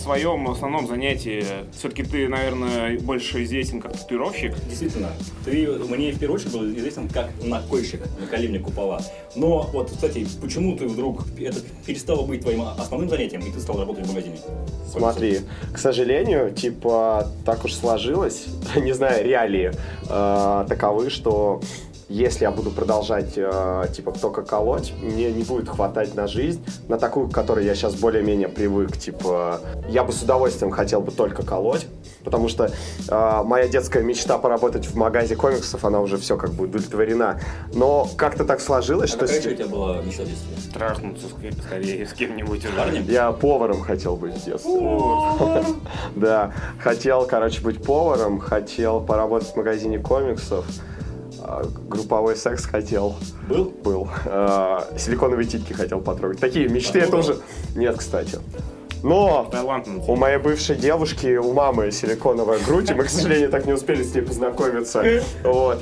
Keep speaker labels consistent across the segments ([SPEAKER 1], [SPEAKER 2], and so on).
[SPEAKER 1] своем основном занятии, все-таки ты, наверное, больше известен как татуировщик.
[SPEAKER 2] Действительно, ты мне в первую очередь был известен как накольщик, наколи купола. Но вот, кстати, почему ты вдруг это перестало быть твоим основным занятием, и ты стал работать в магазине?
[SPEAKER 3] Смотри, к сожалению, типа так уж сложилось, не знаю, реалии э, таковы, что если я буду продолжать, э, типа, только колоть, мне не будет хватать на жизнь, на такую, к которой я сейчас более-менее привык, типа, я бы с удовольствием хотел бы только колоть, потому что э, моя детская мечта поработать в магазе комиксов, она уже все как бы удовлетворена, но как-то так сложилось,
[SPEAKER 2] А
[SPEAKER 3] что...
[SPEAKER 2] какая
[SPEAKER 3] с-
[SPEAKER 2] еще у тебя была мечта в детстве?
[SPEAKER 1] Трахнуться ск- скорее с кем-нибудь уже.
[SPEAKER 2] Парнем?
[SPEAKER 3] Я поваром хотел быть с детства. Да, хотел, короче, быть поваром, хотел поработать в магазине комиксов, а, групповой секс хотел.
[SPEAKER 2] Был?
[SPEAKER 3] был. А, Силиконовые титьки хотел потрогать. Такие мечты я
[SPEAKER 2] Потрогал?
[SPEAKER 3] тоже... Нет, кстати. Но
[SPEAKER 1] Таиланд на
[SPEAKER 3] у
[SPEAKER 1] тебе.
[SPEAKER 3] моей бывшей девушки, у мамы силиконовая грудь, и мы, к сожалению, так не успели с ней познакомиться. Вот.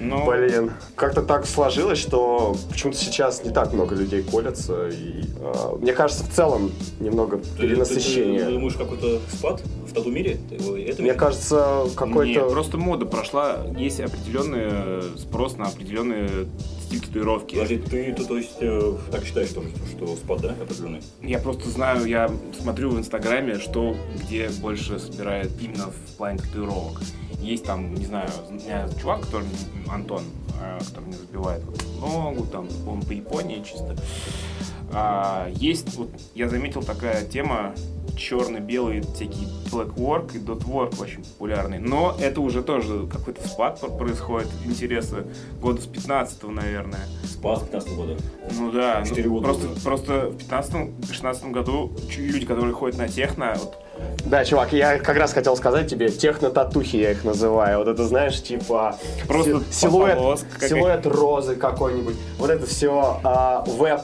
[SPEAKER 1] Ну,
[SPEAKER 3] Блин. Как-то так сложилось, что почему-то сейчас не так много людей колятся. И, а, мне кажется, в целом немного
[SPEAKER 2] Ты- Ты, ты
[SPEAKER 3] перенасыщение.
[SPEAKER 2] думаешь, какой-то спад в тату мире? Ты его- Это
[SPEAKER 3] Мне
[SPEAKER 2] мир?
[SPEAKER 3] кажется,
[SPEAKER 1] Нет,
[SPEAKER 3] какой-то...
[SPEAKER 1] просто мода прошла. Есть определенный э, спрос на определенный стиль татуировки.
[SPEAKER 2] Подожди, ты, ты, то есть, э, так считаешь, что, что спад, да, определенный?
[SPEAKER 1] Я просто знаю, я смотрю в Инстаграме, что где больше собирает именно в плане татуировок. Есть там, не знаю, у меня чувак, который, Антон, э, который мне забивает вот ногу, там, он по Японии чисто. А, есть, вот я заметил такая тема, черно-белые всякие black work и dot work очень популярные. Но это уже тоже какой-то спад пр- происходит интереса года с 15 наверное.
[SPEAKER 2] Спад 15 года.
[SPEAKER 1] Ну да, ну,
[SPEAKER 2] Четыре года
[SPEAKER 1] просто,
[SPEAKER 2] было.
[SPEAKER 1] просто в 15-16 году ч- люди, которые ходят на техно, вот,
[SPEAKER 3] Да, чувак, я как раз хотел сказать тебе, техно-татухи я их называю. Вот это, знаешь, типа...
[SPEAKER 1] просто
[SPEAKER 3] си- силуэт,
[SPEAKER 1] полоска какая-
[SPEAKER 3] силуэт розы какой-нибудь. Вот это все веб,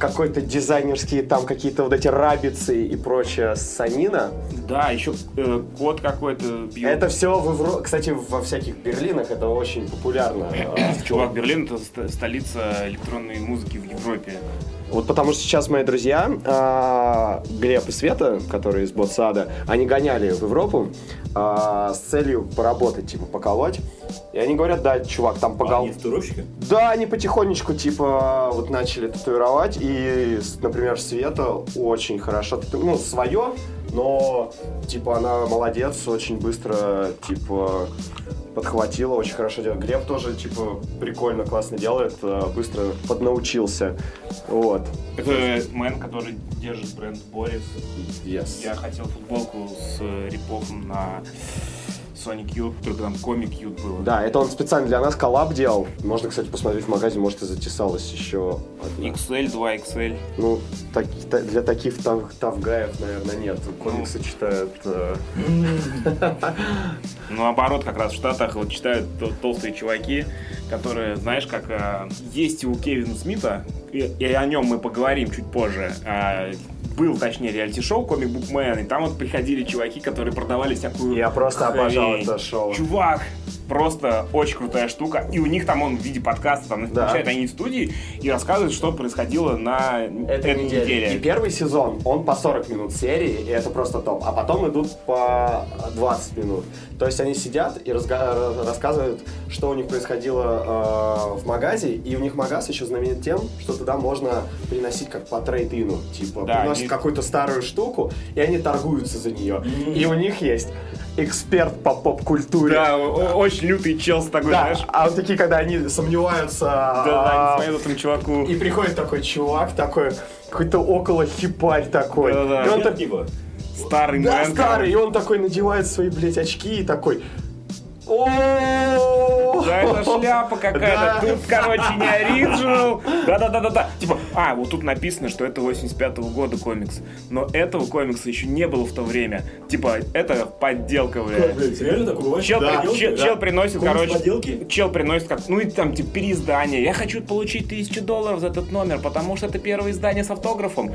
[SPEAKER 3] какой-то дизайнерские там какие-то вот эти рабицы и прочее санина.
[SPEAKER 1] Да, еще э, кот какой-то бьет.
[SPEAKER 3] Это все, в Евро- кстати, во всяких Берлинах это очень популярно. э,
[SPEAKER 1] Чувак, Берлин это ст- столица электронной музыки в Европе.
[SPEAKER 3] Вот потому что сейчас мои друзья, а, Глеб и Света, которые из Ботсада, они гоняли в Европу а, с целью поработать, типа поколоть. И они говорят, да, чувак, там
[SPEAKER 2] А
[SPEAKER 3] покол...
[SPEAKER 2] они татуировщики?
[SPEAKER 3] Да, они потихонечку, типа, вот начали татуировать, и, с- например, Света очень хорошо тату... ну, свое, но, типа, она молодец, очень быстро, типа, подхватила, очень хорошо делает. Глеб тоже, типа, прикольно, классно делает, э, быстро поднаучился, вот.
[SPEAKER 1] Это мэн, который держит бренд Борис.
[SPEAKER 3] Yes.
[SPEAKER 1] Я хотел футболку с э, репохом на Sonic Youth, только там комик Youth было.
[SPEAKER 3] Да, это он специально для нас коллаб делал. Можно, кстати, посмотреть в магазине, может, и затесалось еще одна.
[SPEAKER 1] XL, 2XL.
[SPEAKER 3] Ну, так- та- для таких тав- тавгаев, наверное, нет. Комиксы читают... э,
[SPEAKER 1] Наоборот, как раз в Штатах вот читают то- толстые чуваки, которые, знаешь, как э, есть у Кевина Смита, и, и о нем мы поговорим чуть позже. а, был, точнее, реалити-шоу Комик Букмен, и там вот приходили чуваки, которые продавали всякую...
[SPEAKER 3] Я просто
[SPEAKER 1] хрень.
[SPEAKER 3] обожал это шоу.
[SPEAKER 1] Чувак, просто очень крутая штука. И у них там он в виде подкаста, там
[SPEAKER 3] Да.
[SPEAKER 1] включают они в студии и рассказывают, что происходило на этой,
[SPEAKER 3] Этой недели.
[SPEAKER 1] неделе.
[SPEAKER 3] И первый сезон, он по 40 минут серии, и это просто топ. А потом идут по 20 минут. То есть они сидят и разга- ра- рассказывают, что у них происходило э, в магазе. И у них магаз еще знаменит тем, что туда можно приносить как по трейд-ину. Типа,
[SPEAKER 1] Да,
[SPEAKER 3] приносят
[SPEAKER 1] они-
[SPEAKER 3] какую-то старую штуку, и они торгуются за нее. И у них есть эксперт по поп-культуре.
[SPEAKER 1] Да, о- очень лютый чел с такой,
[SPEAKER 3] Да,
[SPEAKER 1] знаешь...
[SPEAKER 3] а вот такие, когда они сомневаются,
[SPEAKER 1] Да,
[SPEAKER 3] а,
[SPEAKER 1] да, они смотрят этому чуваку.
[SPEAKER 3] и приходит такой чувак, такой, какой-то около хипарь такой.
[SPEAKER 1] Да-да-да.
[SPEAKER 3] И он так,
[SPEAKER 2] Типа,
[SPEAKER 1] Старый
[SPEAKER 3] да,
[SPEAKER 1] мэн,
[SPEAKER 3] старый, и он такой надевает свои, блядь, очки и такой... «О-о-о!»
[SPEAKER 1] Да, это шляпа
[SPEAKER 3] Да.
[SPEAKER 1] какая-то. Тут, короче, не оригинал. Да-да-да-да-да. Типа, а, вот тут написано, что это 85-го года комикс. Но этого комикса еще не было в то время. Типа, это подделка, бля.
[SPEAKER 2] блядь, реально такое бывает?
[SPEAKER 1] Чел,
[SPEAKER 2] Да.
[SPEAKER 1] при- чел-
[SPEAKER 2] Подделки,
[SPEAKER 1] чел
[SPEAKER 2] да.
[SPEAKER 1] приносит,
[SPEAKER 2] Комикс
[SPEAKER 1] короче,
[SPEAKER 2] Подделки?
[SPEAKER 1] чел приносит как, ну и там типа переиздание. Я хочу получить тысячу долларов за этот номер, потому что это первое издание с автографом.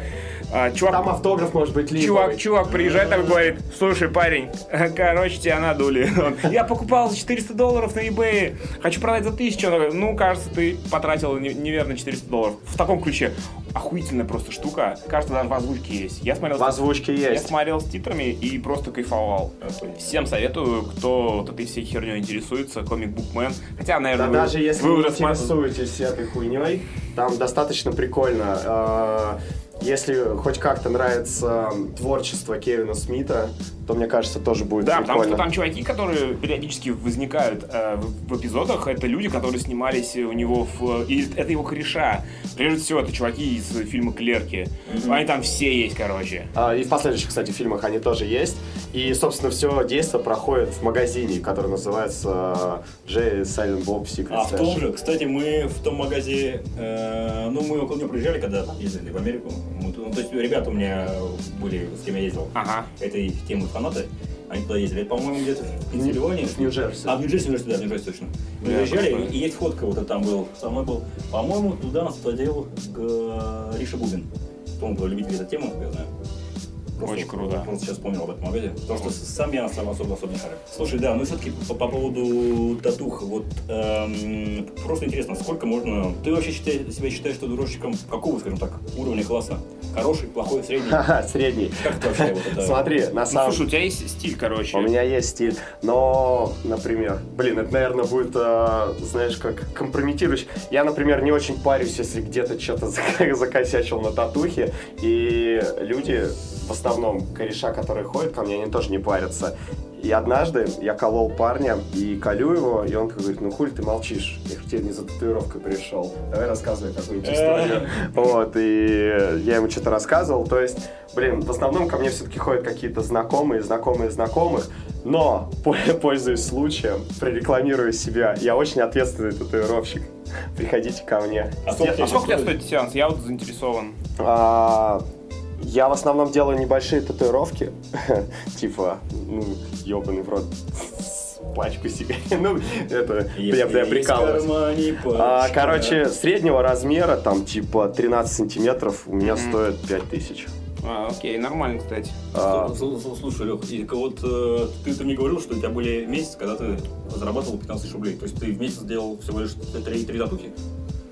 [SPEAKER 1] А, чувак,
[SPEAKER 3] Там автограф может быть липовый.
[SPEAKER 1] Чувак, чувак приезжает там и говорит, слушай, парень, короче, тебя надули. Он, Я покупал за 400 долларов на eBay, хочу продать за 1000. Он такой, ну, кажется, ты потратил не- неверно 400 долларов. В таком ключе. охуительная просто штука. Кажется, даже в озвучке есть. Я смотрел...
[SPEAKER 3] В озвучке
[SPEAKER 1] Я
[SPEAKER 3] есть.
[SPEAKER 1] смотрел с титрами и просто кайфовал. Всем советую, кто вот этой всей херней интересуется, комик Букмен. Хотя,
[SPEAKER 3] Да
[SPEAKER 1] наверное, вы,
[SPEAKER 3] даже если
[SPEAKER 1] вы
[SPEAKER 3] вы
[SPEAKER 1] уже смо-
[SPEAKER 3] интересуетесь этой хуйней, там достаточно прикольно. Э, Если хоть как-то нравится м, творчество Кевина Смита, то мне кажется, тоже будет
[SPEAKER 1] Да, потому
[SPEAKER 3] прикольно.
[SPEAKER 1] что там чуваки, которые периодически возникают э, в, в эпизодах, это люди, которые снимались у него в... И это его кореша. Прежде всего, это чуваки из фильма «Клерки». Они там все есть, короче.
[SPEAKER 3] А, И в последующих, кстати, фильмах они тоже есть. И, собственно, все действие проходит в магазине, который называется Джей Silent Bob Secret
[SPEAKER 2] А в том
[SPEAKER 3] Stash.
[SPEAKER 2] же, кстати, мы в том магазе, э, ну, мы около него приезжали, когда там ездили в Америку. Мы ту- ну, то есть ребята у меня были, с кем я ездил,
[SPEAKER 1] Ага.
[SPEAKER 2] этой темы фанаты, они туда ездили. Это, по-моему, где-то в Пенсильвании.
[SPEAKER 3] В Нью-Джерси.
[SPEAKER 2] А в Нью-Джерси, в Нью-Джерси, да, в Нью-Джерси точно. Мы
[SPEAKER 1] Да,
[SPEAKER 2] приезжали,
[SPEAKER 1] точно.
[SPEAKER 2] и есть фотка, вот там был, со мной был. По-моему, туда нас подел э, Риша Губин. Он был любитель этой темы, я знаю.
[SPEAKER 1] Очень круто.
[SPEAKER 2] Просто сейчас вспомнил об этом магазе. Потому что сам я сам особо особо не шарю. Слушай, да, ну все-таки по, по поводу татух, вот эм, просто интересно, сколько можно. Ты вообще считай- себя считаешь татуировщиком какого, скажем так, уровня класса? Хороший, плохой, средний?
[SPEAKER 3] Ха-ха, Средний.
[SPEAKER 2] Как ты вообще вот это?
[SPEAKER 3] Смотри, на
[SPEAKER 1] Ну,
[SPEAKER 3] самом
[SPEAKER 1] слушай, у тебя есть стиль, короче.
[SPEAKER 3] У меня есть стиль, но, например, блин, это, наверное, будет, э, знаешь, как компрометирующий. Я, например, не очень парюсь, если где-то что-то зак- закосячил на татухе, и люди, в основном, кореша, которые ходят ко мне, они тоже не парятся. И однажды я колол парня и колю его, и он такой говорит, ну хули ты молчишь, я к тебе не за татуировкой пришел, давай рассказывай какую-нибудь историю. Вот, и я ему что-то рассказывал. То есть, блин, в основном ко мне все-таки ходят какие-то знакомые, знакомые знакомых. Но, пользуясь пользуюсь случаем, прорекламирую себя. Я очень ответственный татуировщик. Приходите ко мне.
[SPEAKER 2] А сколько
[SPEAKER 1] А сколько у тебя стоит сеанс? Я вот заинтересован.
[SPEAKER 3] А, я в основном делаю небольшие татуировки, типа, ну, ебаный в рот, пачку себе. Ну, это,
[SPEAKER 2] Если
[SPEAKER 3] я, я
[SPEAKER 2] есть
[SPEAKER 3] прикалываюсь.
[SPEAKER 2] кармане
[SPEAKER 3] А,
[SPEAKER 2] пачка.
[SPEAKER 3] короче, среднего размера, там, типа, 13 сантиметров, у меня
[SPEAKER 1] Мгм.
[SPEAKER 3] стоит 5000.
[SPEAKER 1] А, окей, нормально, кстати.
[SPEAKER 3] А,
[SPEAKER 2] Слу- слу- слу- Слушай, Лех, и так вот э, ты, ты мне говорил, что у тебя были месяцы, когда ты зарабатывал 15 тысяч рублей. То есть ты в месяц делал всего лишь 3, татухи?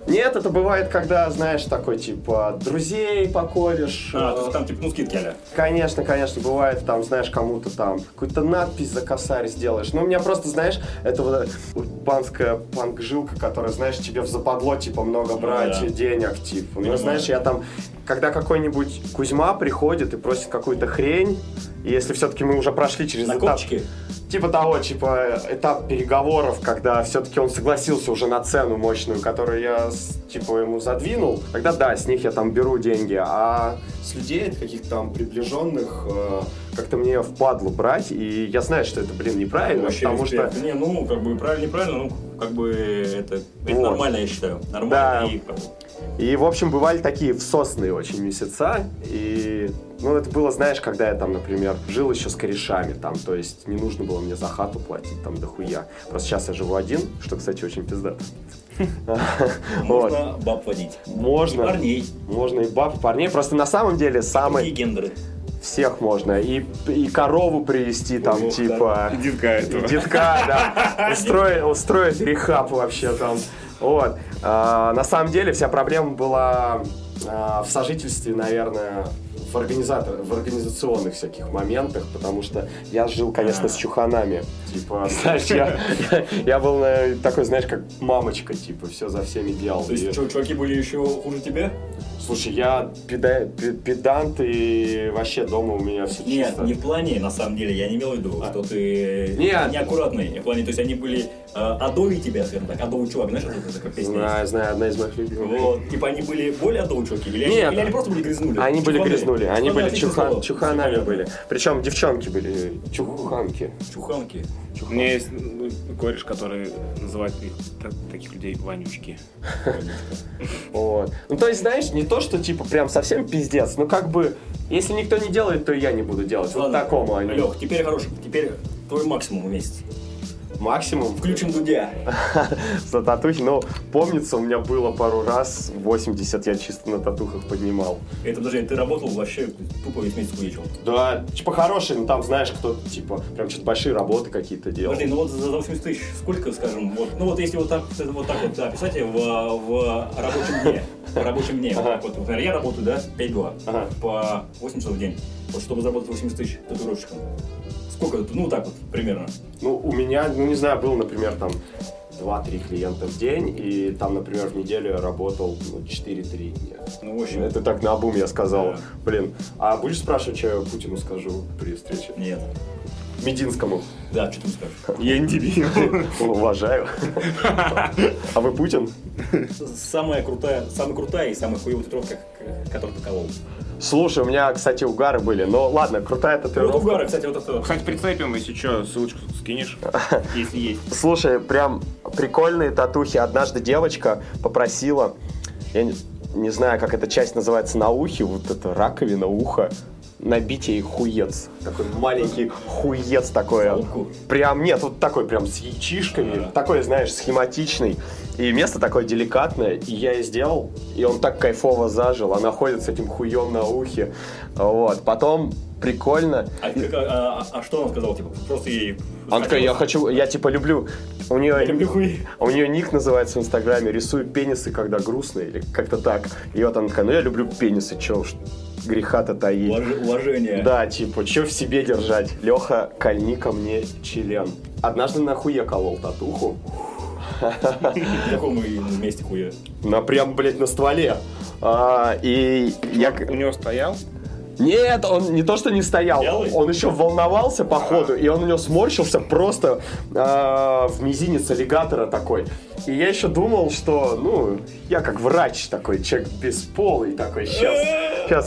[SPEAKER 3] Нет, это бывает, когда, знаешь, такой, типа, друзей покоришь.
[SPEAKER 2] А,
[SPEAKER 3] э,
[SPEAKER 2] то есть там типа, ну, скидки а
[SPEAKER 3] Конечно, конечно, бывает, там, знаешь, кому-то там какую-то надпись за косарь сделаешь. Но у меня просто, знаешь, это вот банская панк-жилка, которая, знаешь, тебе в западло, типа, много
[SPEAKER 2] Ну
[SPEAKER 3] брать
[SPEAKER 2] да.
[SPEAKER 3] денег, типа. Ну,
[SPEAKER 2] Понимаю.
[SPEAKER 3] знаешь, я там, когда какой-нибудь Кузьма приходит и просит какую-то хрень, и если все-таки мы уже прошли через этап
[SPEAKER 2] Накопчики?
[SPEAKER 3] Типа того, типа этап переговоров, когда все-таки он согласился уже на цену мощную, которую я с- типа ему задвинул, тогда да, с них я там беру деньги, а с людей, от каких-то там приближенных, э, как-то мне впадло брать, и я знаю, что это, блин, неправильно,
[SPEAKER 2] Вообще
[SPEAKER 3] потому
[SPEAKER 2] респект.
[SPEAKER 3] что
[SPEAKER 2] Не, ну, как бы правильно, неправильно, ну, как бы это, это
[SPEAKER 3] Вот.
[SPEAKER 2] нормально, я считаю. Нормально
[SPEAKER 3] Да.
[SPEAKER 2] и как бы,
[SPEAKER 3] и в общем бывали такие всосные очень месяца, и ну, это было, знаешь, когда я там, например, жил еще с корешами, там, то есть не нужно было мне за хату платить там дохуя. Просто сейчас я живу один, что, кстати, очень пиздато. Вот.
[SPEAKER 2] можно баб водить.
[SPEAKER 3] Можно.
[SPEAKER 2] И парней,
[SPEAKER 3] Можно и баб, и парней. Просто на самом деле
[SPEAKER 2] и
[SPEAKER 3] самый
[SPEAKER 2] гендеры.
[SPEAKER 3] всех можно. И, и корову привести там,
[SPEAKER 2] Ох,
[SPEAKER 3] типа.
[SPEAKER 1] Дитка этого.
[SPEAKER 3] Детка, да. Устроить, устроить рехаб вообще там. Вот. А, на самом деле вся проблема была а, в сожительстве, наверное, в, организатор, в организационных всяких моментах, потому что я жил, конечно, с
[SPEAKER 2] А.
[SPEAKER 3] чуханами. Типа, знаешь, я, я был э, такой, знаешь, как мамочка, типа, все за всеми делал.
[SPEAKER 2] То есть
[SPEAKER 3] И-
[SPEAKER 2] чё, чуваки были еще хуже тебя?
[SPEAKER 3] Слушай, я педа- пе- педант и вообще дома у меня все
[SPEAKER 2] Нет,
[SPEAKER 3] чисто.
[SPEAKER 2] не в плане, на самом деле, я не имел в виду,
[SPEAKER 3] А.
[SPEAKER 2] что ты
[SPEAKER 3] Нет.
[SPEAKER 2] неаккуратный. В плане, то есть они были э, адови тебя, скажем так, адови чувак, знаешь, это такая песня?
[SPEAKER 3] Знаю, знаю, одна из моих
[SPEAKER 2] есть?
[SPEAKER 3] любимых.
[SPEAKER 2] Вот, типа они были более адови чуваки, или, они-
[SPEAKER 3] Нет.
[SPEAKER 2] или они просто были грязнули?
[SPEAKER 3] А Они были
[SPEAKER 2] Чуханы.
[SPEAKER 3] грязнули, они
[SPEAKER 2] Чуханы,
[SPEAKER 3] были
[SPEAKER 2] отличное
[SPEAKER 3] чухан-
[SPEAKER 2] слово.
[SPEAKER 3] чуханами были. Причем девчонки были, э, чуханки.
[SPEAKER 2] Чуханки.
[SPEAKER 1] У меня есть ну, кореш, который называет их, та- таких людей вонючки.
[SPEAKER 3] Вот. Ну, то есть, знаешь, не то, что типа прям совсем пиздец, но как бы, если никто не делает, то и я не буду делать. Вот
[SPEAKER 2] Ладно.
[SPEAKER 3] такому они.
[SPEAKER 2] Лёх, теперь хороший, теперь твой максимум в месяц.
[SPEAKER 3] Максимум.
[SPEAKER 2] Включим Дудя.
[SPEAKER 3] За татухи. Ну, помнится, у меня было пару раз 80 я чисто на татухах поднимал.
[SPEAKER 2] Это, подожди, ты работал вообще тупо весь месяц хуечил.
[SPEAKER 3] Да, типа хороший, но там, знаешь, кто-то, типа, прям что-то большие работы какие-то делал.
[SPEAKER 2] Подожди, ну вот за 80 тысяч сколько, скажем, вот, ну вот если вот так вот, так вот описать в, в рабочем дне, по рабочим дням.
[SPEAKER 3] Ага.
[SPEAKER 2] Вот, например, я работаю, да, 5 2
[SPEAKER 3] Ага.
[SPEAKER 2] по 8 часов в день. Вот чтобы заработать 80 тысяч татуировщиком. Сколько? это? Ну, так вот, примерно.
[SPEAKER 3] Ну, у меня, ну, не знаю, был, например, там 2-3 клиента в день, и там, например, в неделю работал ну, 4-3 дня.
[SPEAKER 2] Ну, в общем,
[SPEAKER 3] Это так на обум я сказал.
[SPEAKER 2] Да.
[SPEAKER 3] Блин, а будешь спрашивать, что я Путину скажу при встрече?
[SPEAKER 2] нет.
[SPEAKER 3] Мединскому.
[SPEAKER 2] Да, что ты мне скажешь?
[SPEAKER 1] Я не дебил.
[SPEAKER 3] Уважаю. А вы Путин?
[SPEAKER 2] Самая крутая, самая крутая и самая хуевая татуировка, к- которую ты колол.
[SPEAKER 3] Слушай, у меня, кстати, угары были. Но ладно, крутая
[SPEAKER 2] Вот
[SPEAKER 3] татуировка.
[SPEAKER 2] угары, кстати, вот это.
[SPEAKER 1] Кстати, прицепим, если что, ссылочку скинешь, если есть.
[SPEAKER 3] Слушай, прям прикольные татухи. Однажды девочка попросила, я не, не знаю, как эта часть называется, на ухе, вот это раковина уха, набить ей хуец. Такой маленький хуец такой.
[SPEAKER 2] Залупку?
[SPEAKER 3] Прям, нет, вот такой прям с яичишками.
[SPEAKER 2] Ага.
[SPEAKER 3] Такой, знаешь, схематичный. И место такое деликатное, и я и сделал, и он так кайфово зажил, она ходит с этим хуем на ухе, вот, потом прикольно,
[SPEAKER 2] А, как- а- а- а что он сказал? Типа, просто ей...
[SPEAKER 3] она такая, я хочу, я типа люблю. У нее,
[SPEAKER 2] люблю хуи.
[SPEAKER 3] у нее ник называется в Инстаграме, рисую пенисы, когда грустно, или как-то так. И вот она такая, ну я люблю пенисы, чё уж греха-то таить.
[SPEAKER 2] Уваж- Уважение.
[SPEAKER 3] Да, типа, чё в себе держать? Леха, кольни ко мне член. Однажды нахуй я колол татуху.
[SPEAKER 2] В каком мы вместе хуя?
[SPEAKER 3] На прям, блядь, на стволе. А, и я...
[SPEAKER 1] У него стоял?
[SPEAKER 3] Нет, он не то что не стоял,
[SPEAKER 2] Белый?
[SPEAKER 3] он еще волновался по ходу, и он у него сморщился просто э, в мизинец аллигатора такой. И я еще думал, что, ну, я как врач такой, человек бесполый такой, сейчас,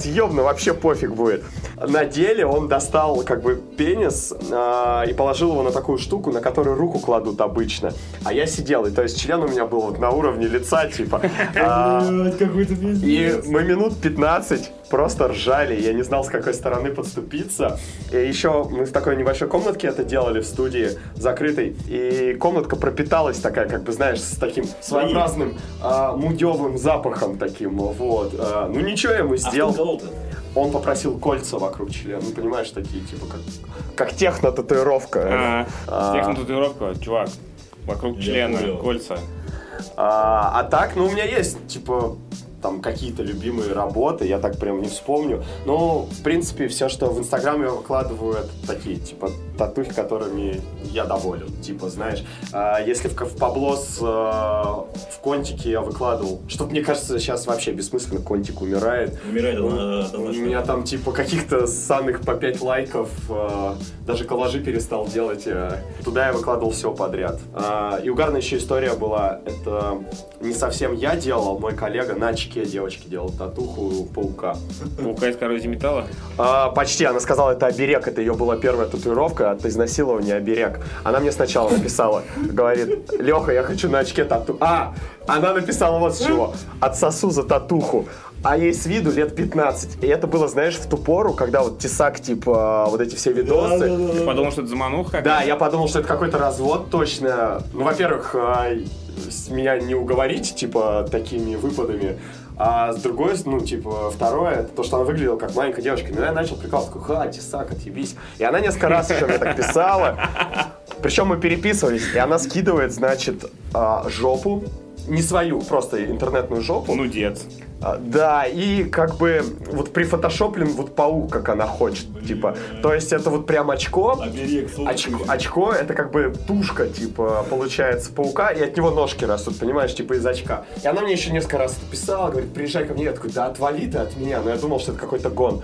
[SPEAKER 3] сейчас ёбну, вообще пофиг будет. На деле он достал как бы пенис э, и положил его на такую штуку, на которую руку кладут обычно. А я сидел, и то есть член у меня был вот на уровне лица, типа. А,
[SPEAKER 2] какой-то
[SPEAKER 3] и мы минут 15 просто ржали. Я не знал, с какой стороны подступиться. И еще мы в такой небольшой комнатке это делали в студии, закрытой. И комнатка пропиталась такая, как бы, знаешь, с таким своеобразным а, мудевым запахом таким. Вот. А, ну ничего я ему
[SPEAKER 2] А что он
[SPEAKER 3] сделал.
[SPEAKER 2] колол-то?
[SPEAKER 3] Он попросил кольца вокруг члена. Ну, понимаешь, такие, типа, как, как техно-татуировка.
[SPEAKER 1] Э,
[SPEAKER 3] А.
[SPEAKER 1] Техно-татуировка, чувак. Вокруг
[SPEAKER 2] Я
[SPEAKER 1] члена,
[SPEAKER 2] понял.
[SPEAKER 1] кольца.
[SPEAKER 3] А, а так, ну, у меня есть, типа, там какие-то любимые работы, я так прям не вспомню. Ну, в принципе, все, что в Инстаграм я выкладываю, это такие, типа, татухи, которыми я доволен. Типа, знаешь, а, если в, ко- в Паблос а, в Контике я выкладывал, что, мне кажется, сейчас вообще бессмысленно, Контик умирает.
[SPEAKER 2] Умирает она
[SPEAKER 3] У
[SPEAKER 2] э, однозначно.
[SPEAKER 3] меня там, типа, каких-то ссаных по 5 лайков, э, даже коллажи перестал делать. э, Туда я выкладывал все подряд. Э, И угарная еще история была, это не совсем я делал, мой коллега на очке девочки делал татуху паука.
[SPEAKER 1] Паука из коррозии металла.
[SPEAKER 3] А, почти, она сказала, это оберег, это ее была первая татуировка от изнасилования оберег. Она мне сначала написала, говорит, Леха, я хочу на очке тату. А, она написала вот с чего, отсосу за татуху. А ей с виду лет 15. И это было, знаешь, в ту пору, когда вот тесак, типа, вот эти все видосы.
[SPEAKER 1] Ты
[SPEAKER 3] Типа,
[SPEAKER 1] подумал, что это замануха?
[SPEAKER 3] Да, я подумал, что это какой-то развод точно. Ну, во-первых, а, с- меня не уговорить, типа, такими выпадами. А с другой, с- ну, типа, второе, это то, что она выглядела как маленькая девочка. Но я начал прикалываться, такой, ха, тесак, отъебись. И она несколько раз еще мне так писала. Причем мы переписывались, и она скидывает, значит, а, жопу, не свою, просто интернетную жопу.
[SPEAKER 1] Ну, дец.
[SPEAKER 3] А, Да, и как бы вот прифотошоплен вот паук, как она хочет, типа. То есть это вот прям очко,
[SPEAKER 2] А Оберег, солнце.
[SPEAKER 3] Очко, очко это как бы тушка, типа, получается, паука, и от него ножки растут, понимаешь, типа из очка. И она мне еще несколько раз это писала, говорит, приезжай ко мне, я такой, да отвали ты от меня, но я думал, что это какой-то гон.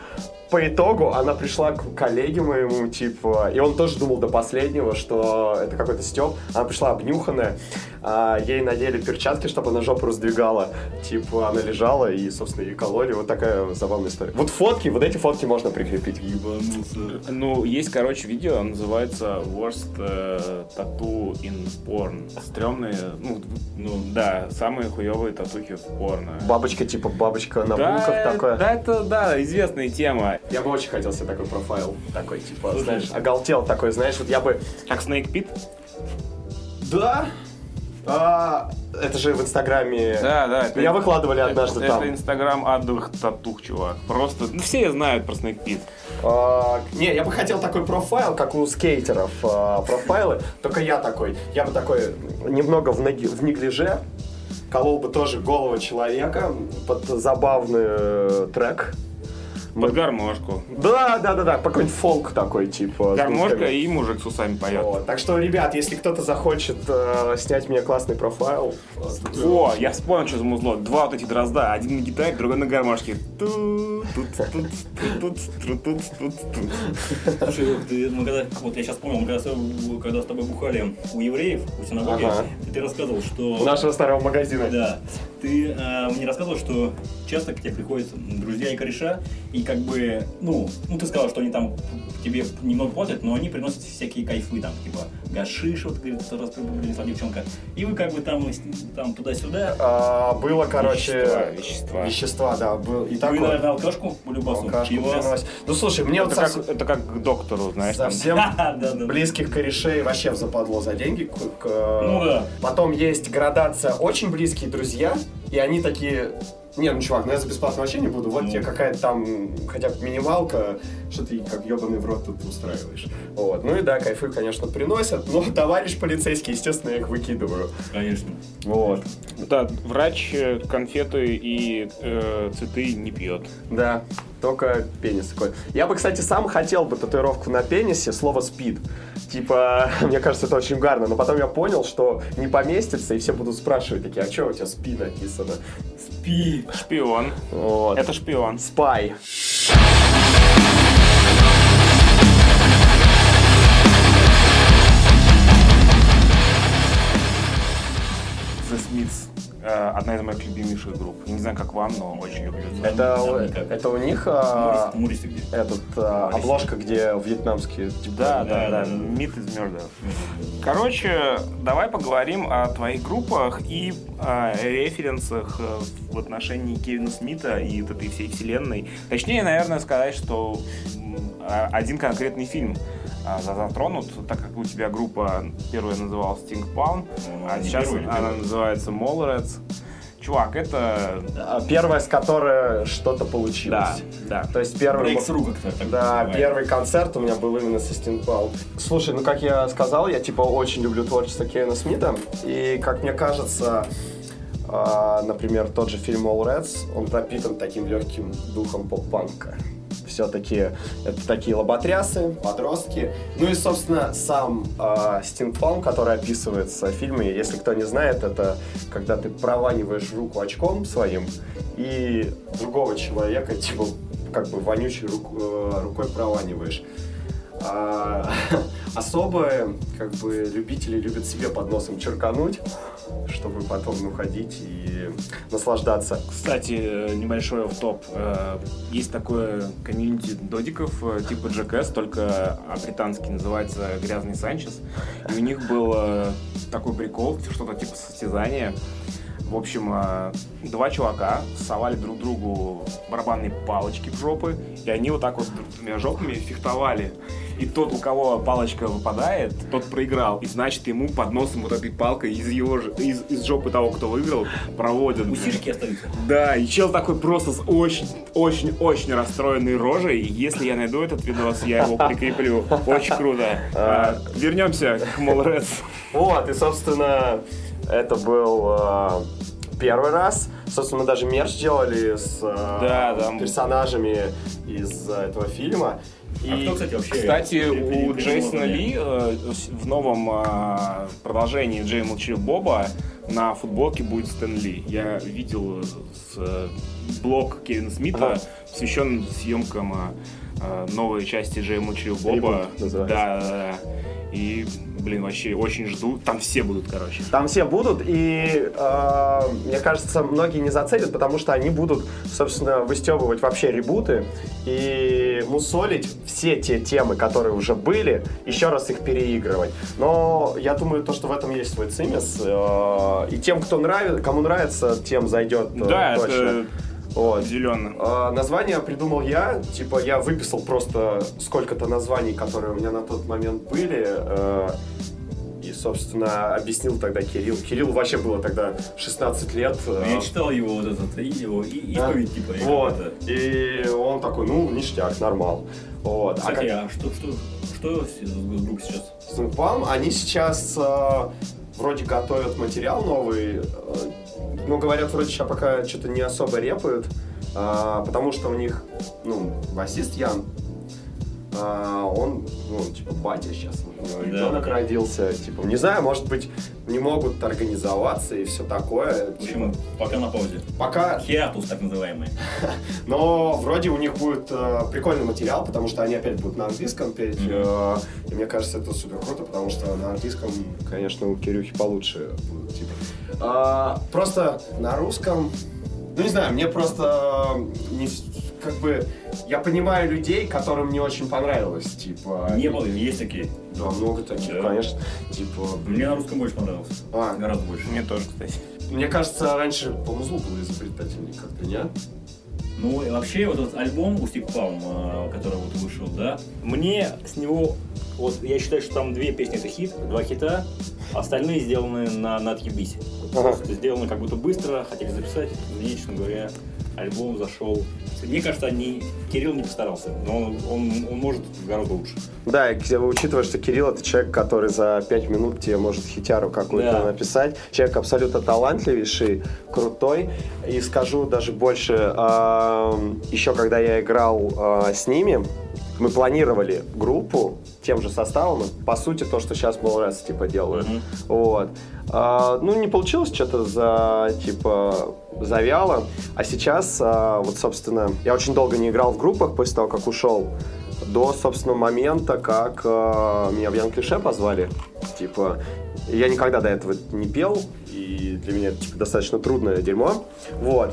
[SPEAKER 3] По итогу она пришла к коллеге моему, типа, и он тоже думал до последнего, что это какой-то степ. Она пришла обнюханная, а, ей надели перчатки, чтобы она жопу раздвигала. Типа, она лежала и, собственно, ей кололи. Вот такая забавная история. Вот фотки, вот эти фотки можно прикрепить.
[SPEAKER 2] Ебанулся.
[SPEAKER 1] Ну, есть, короче, видео, оно называется Worst э, Tattoo in Porn. Стрёмные, ну, ну, да, самые хуёвые татухи в порно.
[SPEAKER 3] Бабочка, типа, бабочка на
[SPEAKER 1] да,
[SPEAKER 3] булках такая.
[SPEAKER 1] Да, это, да, известная тема.
[SPEAKER 3] Я бы очень хотел себе такой профайл, такой, типа, знаешь, оголтел такой, знаешь, вот я бы...
[SPEAKER 1] Как Snake Pit?
[SPEAKER 3] Да? А, это же в Инстаграме...
[SPEAKER 1] Да, да. это-
[SPEAKER 3] Меня выкладывали
[SPEAKER 1] это-
[SPEAKER 3] однажды
[SPEAKER 1] это,
[SPEAKER 3] там.
[SPEAKER 1] инстаграм адовых татух, чувак. Просто, ну, все знают про Snake Pit.
[SPEAKER 3] А, не, я бы хотел такой профайл, как у скейтеров а, профайлы, только я такой. Я бы такой немного в, неги- в неглиже, колол бы тоже голого человека под забавный э, трек.
[SPEAKER 1] Под гармошку.
[SPEAKER 3] Да, да, да, да, по какой-нибудь фолк такой, типа. с
[SPEAKER 1] Гармошка
[SPEAKER 3] дудками.
[SPEAKER 1] и мужик с усами поет.
[SPEAKER 3] Вот, Так что, ребят, если кто-то захочет э, снять мне классный профайл, э,
[SPEAKER 1] О, я вспомнил, что за музло. Два вот эти дрозда. Один на гитаре, другой на гармошке. Ту, тут, тут, тут, тут, тут, тут, тут.
[SPEAKER 2] Слушай, вот, ты, мы когда, вот я сейчас понял, мы когда, с- когда с тобой бухали у евреев, у синагоги,
[SPEAKER 3] Ага.
[SPEAKER 2] ты рассказывал, что...
[SPEAKER 3] у нашего старого магазина.
[SPEAKER 2] Да. Ты э, мне рассказывал, что часто к тебе приходят друзья и кореша, и как бы, ну, ну ты сказал, что они там тебе немного платят, но они приносят всякие кайфы, там, типа, гашиш, вот, говорит, в тот раз принесла девчонка. И вы как бы там, с- там туда-сюда.
[SPEAKER 3] А, было, короче,
[SPEAKER 1] Вещества, вещества.
[SPEAKER 3] вещества, да, был и
[SPEAKER 2] Вы,
[SPEAKER 3] такое.
[SPEAKER 2] Ну наверное, алкашку полюбасу,
[SPEAKER 3] Алкашку
[SPEAKER 2] пивас.
[SPEAKER 3] приносит. Ну слушай, мне вот
[SPEAKER 1] Это
[SPEAKER 3] как
[SPEAKER 1] как, это как к доктору, знаешь, там.
[SPEAKER 3] совсем
[SPEAKER 2] Да-да-да.
[SPEAKER 3] близких корешей вообще в западло за деньги. к- к-
[SPEAKER 2] Ну да.
[SPEAKER 3] Потом есть градация очень близкие друзья, и они такие... Не, ну чувак, ну я за бесплатно вообще не буду. Вот
[SPEAKER 2] Ну.
[SPEAKER 3] тебе какая-то там хотя бы минималка, что ты как ебаный в рот тут устраиваешь. Вот. Ну и да, кайфы, конечно, приносят, но товарищ полицейский, естественно, я их выкидываю.
[SPEAKER 2] Конечно.
[SPEAKER 3] Вот.
[SPEAKER 1] Да, врач э, конфеты и э, цветы не пьет.
[SPEAKER 3] Да, только пенис такой. Я бы, кстати, сам хотел бы татуировку на пенисе, слово «спид». Типа, мне кажется, это очень гарно, но потом я понял, что не поместится, и все будут спрашивать такие, а что у тебя «спи» написано?
[SPEAKER 2] Спи.
[SPEAKER 1] Шпион.
[SPEAKER 3] Вот.
[SPEAKER 1] Это шпион.
[SPEAKER 3] «Спай».
[SPEAKER 1] The Smiths. э, Одна из моих любимейших групп. Я не знаю, как вам, но очень люблю.
[SPEAKER 3] Это,
[SPEAKER 2] Там
[SPEAKER 3] у-
[SPEAKER 2] никак.
[SPEAKER 3] это у них а,
[SPEAKER 2] Муристик где?
[SPEAKER 3] этот, а, обложка, где вьетнамские... типа,
[SPEAKER 1] Да,
[SPEAKER 2] Да,
[SPEAKER 1] да, да.
[SPEAKER 2] да.
[SPEAKER 1] Мид из Murder. Короче, давай поговорим о твоих группах и о референсах э, в отношении Кевина Смита и вот этой всей вселенной. Точнее, наверное, сказать, что м, а- один конкретный фильм а, за- затронут, так как у тебя группа первая называлась Sting Pound,
[SPEAKER 2] Ну,
[SPEAKER 1] а
[SPEAKER 2] не
[SPEAKER 1] сейчас
[SPEAKER 2] первая, не
[SPEAKER 1] она
[SPEAKER 2] первая.
[SPEAKER 1] называется Молорец. Чувак, это...
[SPEAKER 3] а, Первая, с которой что-то
[SPEAKER 1] Да,
[SPEAKER 3] получилось.
[SPEAKER 1] да.
[SPEAKER 3] То есть первый...
[SPEAKER 2] Брейк с рук как-то. так
[SPEAKER 3] Да,
[SPEAKER 2] называется.
[SPEAKER 3] первый концерт у меня был именно со Стинпал. Слушай, ну как я сказал, я типа очень люблю творчество Кевина Смита. И как мне кажется, а, например, тот же фильм All Reds, он пропитан таким легким духом поп-панка. Все-таки это такие лоботрясы, подростки. Ну и, собственно, сам а, стимпанк, который описывается в фильме, если кто не знает, это когда ты прованиваешь руку очком своим и другого человека, типа, как бы вонючей рук- э, рукой прованиваешь. А, особые, как бы, любители любят себе под носом черкануть, чтобы потом уходить и наслаждаться.
[SPEAKER 1] Кстати, э, небольшой в топ. Есть такое комьюнити додиков э, типа Джекс, только а, британский называется Грязный Санчес. И у них был э, такой прикол, что-то типа состязания. В общем, э, два чувака совали друг другу барабанные палочки в жопы, и они вот так вот двумя жопами фехтовали. И тот, у кого палочка выпадает, тот проиграл. И значит, ему под носом вот этой палкой из его ж- из, из жопы того, кто выиграл, проводят.
[SPEAKER 2] Усишки остаются.
[SPEAKER 1] Да, и чел такой просто с очень-очень-очень расстроенной рожей. И Если я найду этот видос, я его прикреплю. Очень круто. А, Вернемся к Молрец.
[SPEAKER 3] Вот, и, а собственно, это был э, первый раз. Собственно, мы даже мерч делали с, э,
[SPEAKER 1] Да, там-
[SPEAKER 3] персонажами из э, этого фильма. И
[SPEAKER 2] А кто, кстати, вообще?
[SPEAKER 3] Э,
[SPEAKER 1] Кстати,
[SPEAKER 2] при- при-
[SPEAKER 1] у
[SPEAKER 2] при-
[SPEAKER 1] Джейсона
[SPEAKER 2] при-
[SPEAKER 1] Ли э, с- в новом э, продолжении Джей Молчаливого Боба на футболке будет Стэн Ли. Я видел э, с, э, блог Кевина Смита,
[SPEAKER 3] Ага.
[SPEAKER 1] посвящен съемкам э, э, новой части Джей Молчаливого Боба.
[SPEAKER 3] Ребут
[SPEAKER 1] Да,
[SPEAKER 3] называется.
[SPEAKER 1] да, да. И, блин, вообще очень жду. Там все будут, короче.
[SPEAKER 3] Там все будут, и э, мне кажется, многие не зацепят, потому что они будут, собственно, выстебывать вообще ребуты и мусолить все те темы, которые уже были, еще раз их переигрывать. Но я думаю, то, что в этом есть свой цимис, э, и тем, кто нравится, кому нравится, тем зайдет э,
[SPEAKER 1] Да,
[SPEAKER 3] точно.
[SPEAKER 1] это
[SPEAKER 3] Вот.
[SPEAKER 1] определенно.
[SPEAKER 3] А, Название придумал я, типа я выписал просто сколько-то названий, которые у меня на тот момент были, э, и, собственно, объяснил тогда Кирилл. Кирилл вообще было тогда 16 лет. э,
[SPEAKER 2] Я читал его вот этот, и его и-
[SPEAKER 3] Да.
[SPEAKER 2] исповедь, типа. и
[SPEAKER 3] вот.
[SPEAKER 2] это.
[SPEAKER 3] И он такой, ну, ништяк, нормал. Вот. а
[SPEAKER 2] Кстати, а что, что, что с- с группой сейчас?
[SPEAKER 3] как Стинг Палм, они сейчас э, вроде готовят материал новый, э, ну, говорят, вроде сейчас пока что-то не особо репают, а, потому что у них, ну, басист Ян, а, он, ну, типа, батя сейчас, у него
[SPEAKER 2] Да.
[SPEAKER 3] ребенок родился, типа, не знаю, может быть, не могут организоваться и все такое.
[SPEAKER 2] Почему? Пока на паузе.
[SPEAKER 3] Пока
[SPEAKER 2] Хиатус, так называемый.
[SPEAKER 3] но вроде у них будет э, прикольный материал, потому что они опять будут на английском петь.
[SPEAKER 2] Мгм.
[SPEAKER 3] э, и мне кажется, это супер круто, потому что на английском, конечно, у Кирюхи получше будут. типа. А, просто на русском. Ну не знаю, мне просто э, не с- как бы. Я понимаю людей, которым не очень понравилось, типа.
[SPEAKER 2] Не было, есть такие.
[SPEAKER 3] Да, много таких,
[SPEAKER 2] Да.
[SPEAKER 3] конечно. Типа.
[SPEAKER 2] Мне на русском больше понравился.
[SPEAKER 3] А,
[SPEAKER 2] Гораздо больше.
[SPEAKER 1] Мне тоже, кстати.
[SPEAKER 3] мне кажется, раньше по музлу было изобретательнее как-то, нет?
[SPEAKER 2] Ну и вообще вот этот альбом у Стик Палм, э, который вот вышел, да, мне с него, вот я считаю, что там две песни это хит, два хита, остальные сделаны на, на отъебись. Просто сделаны как будто быстро, хотели записать, мне, честно говоря, альбом зашел. Мне кажется, они, Кирилл не постарался, но он, он- он может гораздо лучше.
[SPEAKER 3] Да, и к- учитывая, что Кирилл это человек, который за пять минут тебе может хитяру какую-то
[SPEAKER 2] Да.
[SPEAKER 3] написать. Человек абсолютно талантливейший, крутой. И скажу даже больше, эм, еще когда я играл э, с ними, мы планировали группу тем же составом, по сути, то, что сейчас Молрес типа делают.
[SPEAKER 2] Мгм.
[SPEAKER 3] Вот. А, ну, не получилось что-то за, типа, завяло. А сейчас, а, вот, собственно, я очень долго не играл в группах после того, как ушел. До, собственно, момента, как а, меня в Янклише позвали. Типа, я никогда до этого не пел, и для меня это, типа, достаточно трудное дерьмо. Вот.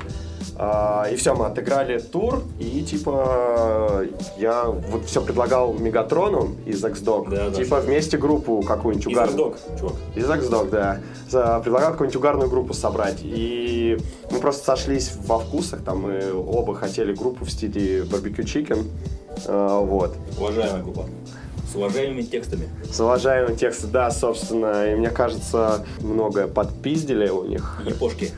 [SPEAKER 3] А, и все, мы отыграли тур, и, типа, я вот все предлагал Мегатрону из X-Dog.
[SPEAKER 2] Да, да.
[SPEAKER 3] типа, вместе группу какую-нибудь
[SPEAKER 2] И
[SPEAKER 3] угарную.
[SPEAKER 2] Зардок, чувак.
[SPEAKER 3] Из Аксдог, да. За- Предлагал какую-нибудь угарную группу собрать. И мы просто сошлись во вкусах. Там мы оба хотели группу в стиле барбекю чикен. А, Вот.
[SPEAKER 2] Уважаемая группа. С уважаемыми текстами.
[SPEAKER 3] С уважаемым текстом, да, собственно. И мне кажется, многое подпиздили у них
[SPEAKER 2] Япошки,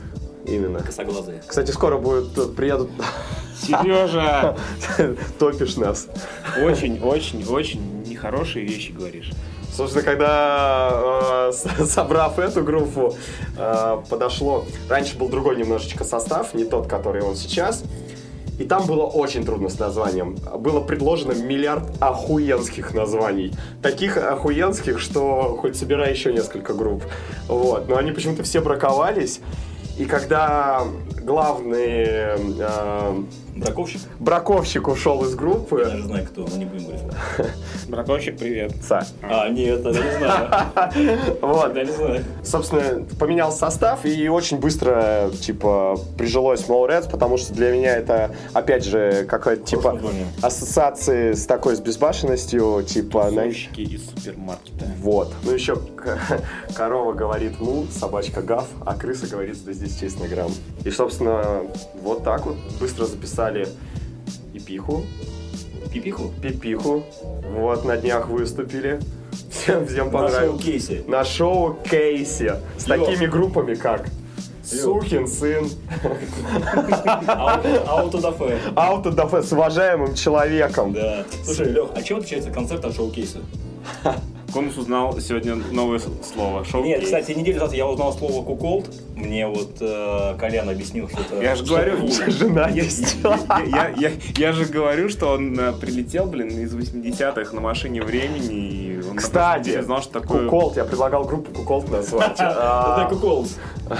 [SPEAKER 3] именно.
[SPEAKER 2] косоглазые.
[SPEAKER 3] Кстати, скоро будет, э, приедут,
[SPEAKER 1] Сережа,
[SPEAKER 3] топишь нас.
[SPEAKER 1] очень, очень, очень нехорошие вещи говоришь.
[SPEAKER 3] Собственно, когда э, с- собрав эту группу, э, подошло. Раньше был другой немножечко состав, не тот, который он сейчас. И там было очень трудно с названием. Было предложено миллиард охуенских названий. Таких охуенских, что хоть собирай еще несколько групп. Вот. Но они почему-то все браковались. И когда главный э,
[SPEAKER 2] Браковщик?
[SPEAKER 3] браковщик ушел из
[SPEAKER 2] Я
[SPEAKER 3] группы...
[SPEAKER 2] даже знаю, кто, но не будем говорить.
[SPEAKER 1] Браковщик, привет.
[SPEAKER 3] Ца.
[SPEAKER 2] А, нет, я не знаю.
[SPEAKER 3] Вот.
[SPEAKER 2] Я не знаю.
[SPEAKER 3] собственно, поменял состав и очень быстро, типа, прижилось Small Reds, потому что для меня это, опять же, какая-то, типа,
[SPEAKER 2] Прошлогодняя.
[SPEAKER 3] ассоциации с такой, с безбашенностью, типа, на...
[SPEAKER 1] Тусовщики из супермаркета.
[SPEAKER 3] Вот. Ну, еще к- корова говорит му, собачка гав, а крыса говорит, да здесь честный грамм. И, собственно, вот так вот быстро записали эпиху,
[SPEAKER 2] Пипиху?
[SPEAKER 3] пипиху. Вот, на днях выступили. Всем, всем
[SPEAKER 2] Нашел
[SPEAKER 3] понравилось.
[SPEAKER 2] Кейси.
[SPEAKER 3] На шоу Кейси. С
[SPEAKER 2] Йо.
[SPEAKER 3] такими группами, как
[SPEAKER 2] Йо.
[SPEAKER 3] Сухин сын,
[SPEAKER 2] Аутодафе.
[SPEAKER 3] Аутодафе с уважаемым человеком.
[SPEAKER 2] Да. Слушай, Лех, а чем отличается концерт от шоу-кейса?
[SPEAKER 1] Конус узнал сегодня новое с- слово. Шоу
[SPEAKER 2] Нет, кстати, неделю назад я узнал слово куколд. Мне вот э, Колян объяснил, что это...
[SPEAKER 1] Я же
[SPEAKER 2] что
[SPEAKER 1] говорю,
[SPEAKER 2] это
[SPEAKER 1] я-
[SPEAKER 3] Жена
[SPEAKER 1] я,
[SPEAKER 3] есть.
[SPEAKER 1] я- я- я же говорю, что он э, прилетел, блин, из 80-х на машине времени. И он на прошлой
[SPEAKER 3] Кстати,
[SPEAKER 1] неделе знал, что такое...
[SPEAKER 3] Куколт, я предлагал группу Куколт назвать.
[SPEAKER 2] Это
[SPEAKER 3] А,
[SPEAKER 2] куколд.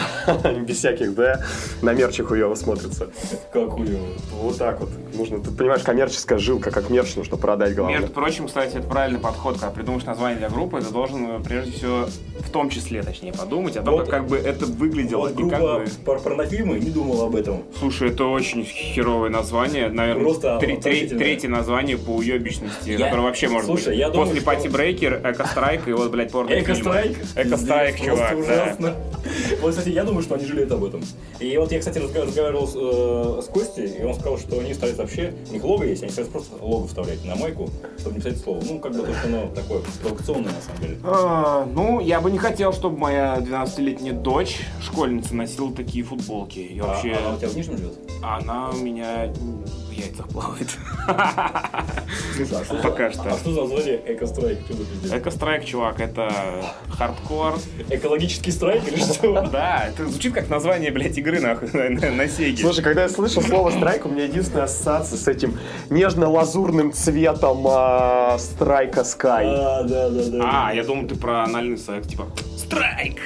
[SPEAKER 3] Без всяких, да? На мерче хуёво смотрится.
[SPEAKER 2] Как хуёво.
[SPEAKER 3] Вот так вот. Нужно, ты понимаешь, коммерческая жилка, как мерч нужно продать, главное.
[SPEAKER 1] Между прочим, кстати, это правильный подход, когда придумаешь название для группы, ты должен э, прежде всего, в том числе, точнее, подумать о том,
[SPEAKER 2] Вот.
[SPEAKER 1] как, как бы это выглядело.
[SPEAKER 2] Вот
[SPEAKER 1] и как
[SPEAKER 2] группа
[SPEAKER 1] бы-
[SPEAKER 2] пар- порнофильмы не думала об этом.
[SPEAKER 1] Слушай, это очень херовое название. Наверное,
[SPEAKER 2] Просто
[SPEAKER 1] тре- тре-
[SPEAKER 2] отвратительное.
[SPEAKER 1] третье название по уебищности,
[SPEAKER 2] Я-
[SPEAKER 1] которое вообще может
[SPEAKER 2] Слушай,
[SPEAKER 1] быть.
[SPEAKER 2] я думаю,
[SPEAKER 1] После
[SPEAKER 2] что-
[SPEAKER 1] Пати Брейкер, Эко Страйк и вот, блядь, порно
[SPEAKER 2] Эко-страйк?
[SPEAKER 1] Эко-страйк,
[SPEAKER 2] Пиздец,
[SPEAKER 1] чувак,
[SPEAKER 2] Просто
[SPEAKER 1] да.
[SPEAKER 2] ужасно. Вот, кстати, я думаю, что они жалеют об этом. И вот я, кстати, разга- разговаривал с, э, с Костей, и он сказал, что они ставят вообще... У них лого есть, они сейчас просто лого вставляют на майку, чтобы не писать слово. Ну, как бы то, что оно такое провокационное, на самом деле.
[SPEAKER 1] А, ну, я бы не хотел, чтобы моя 12-летняя дочь, школьница, носила такие футболки. И
[SPEAKER 2] А,
[SPEAKER 1] вообще,
[SPEAKER 2] она у тебя в Нижнем живет?
[SPEAKER 1] она у меня... м, яйцах плавает.
[SPEAKER 2] Слушай, а что за-
[SPEAKER 1] Пока что.
[SPEAKER 2] А что за название Эко-страйк? Что за пиздец?
[SPEAKER 1] Эко-страйк, чувак, это хардкор.
[SPEAKER 2] Экологический страйк или что?
[SPEAKER 1] Да, это звучит как название, блядь, игры нахуй на, на- на Сеге.
[SPEAKER 3] Слушай, когда я слышу слово страйк, у меня единственная ассоциация с этим нежно-лазурным цветом а, страйка Sky.
[SPEAKER 2] А, да, да, да.
[SPEAKER 1] А, я думал, ты про анальный секс, типа «Страйк!»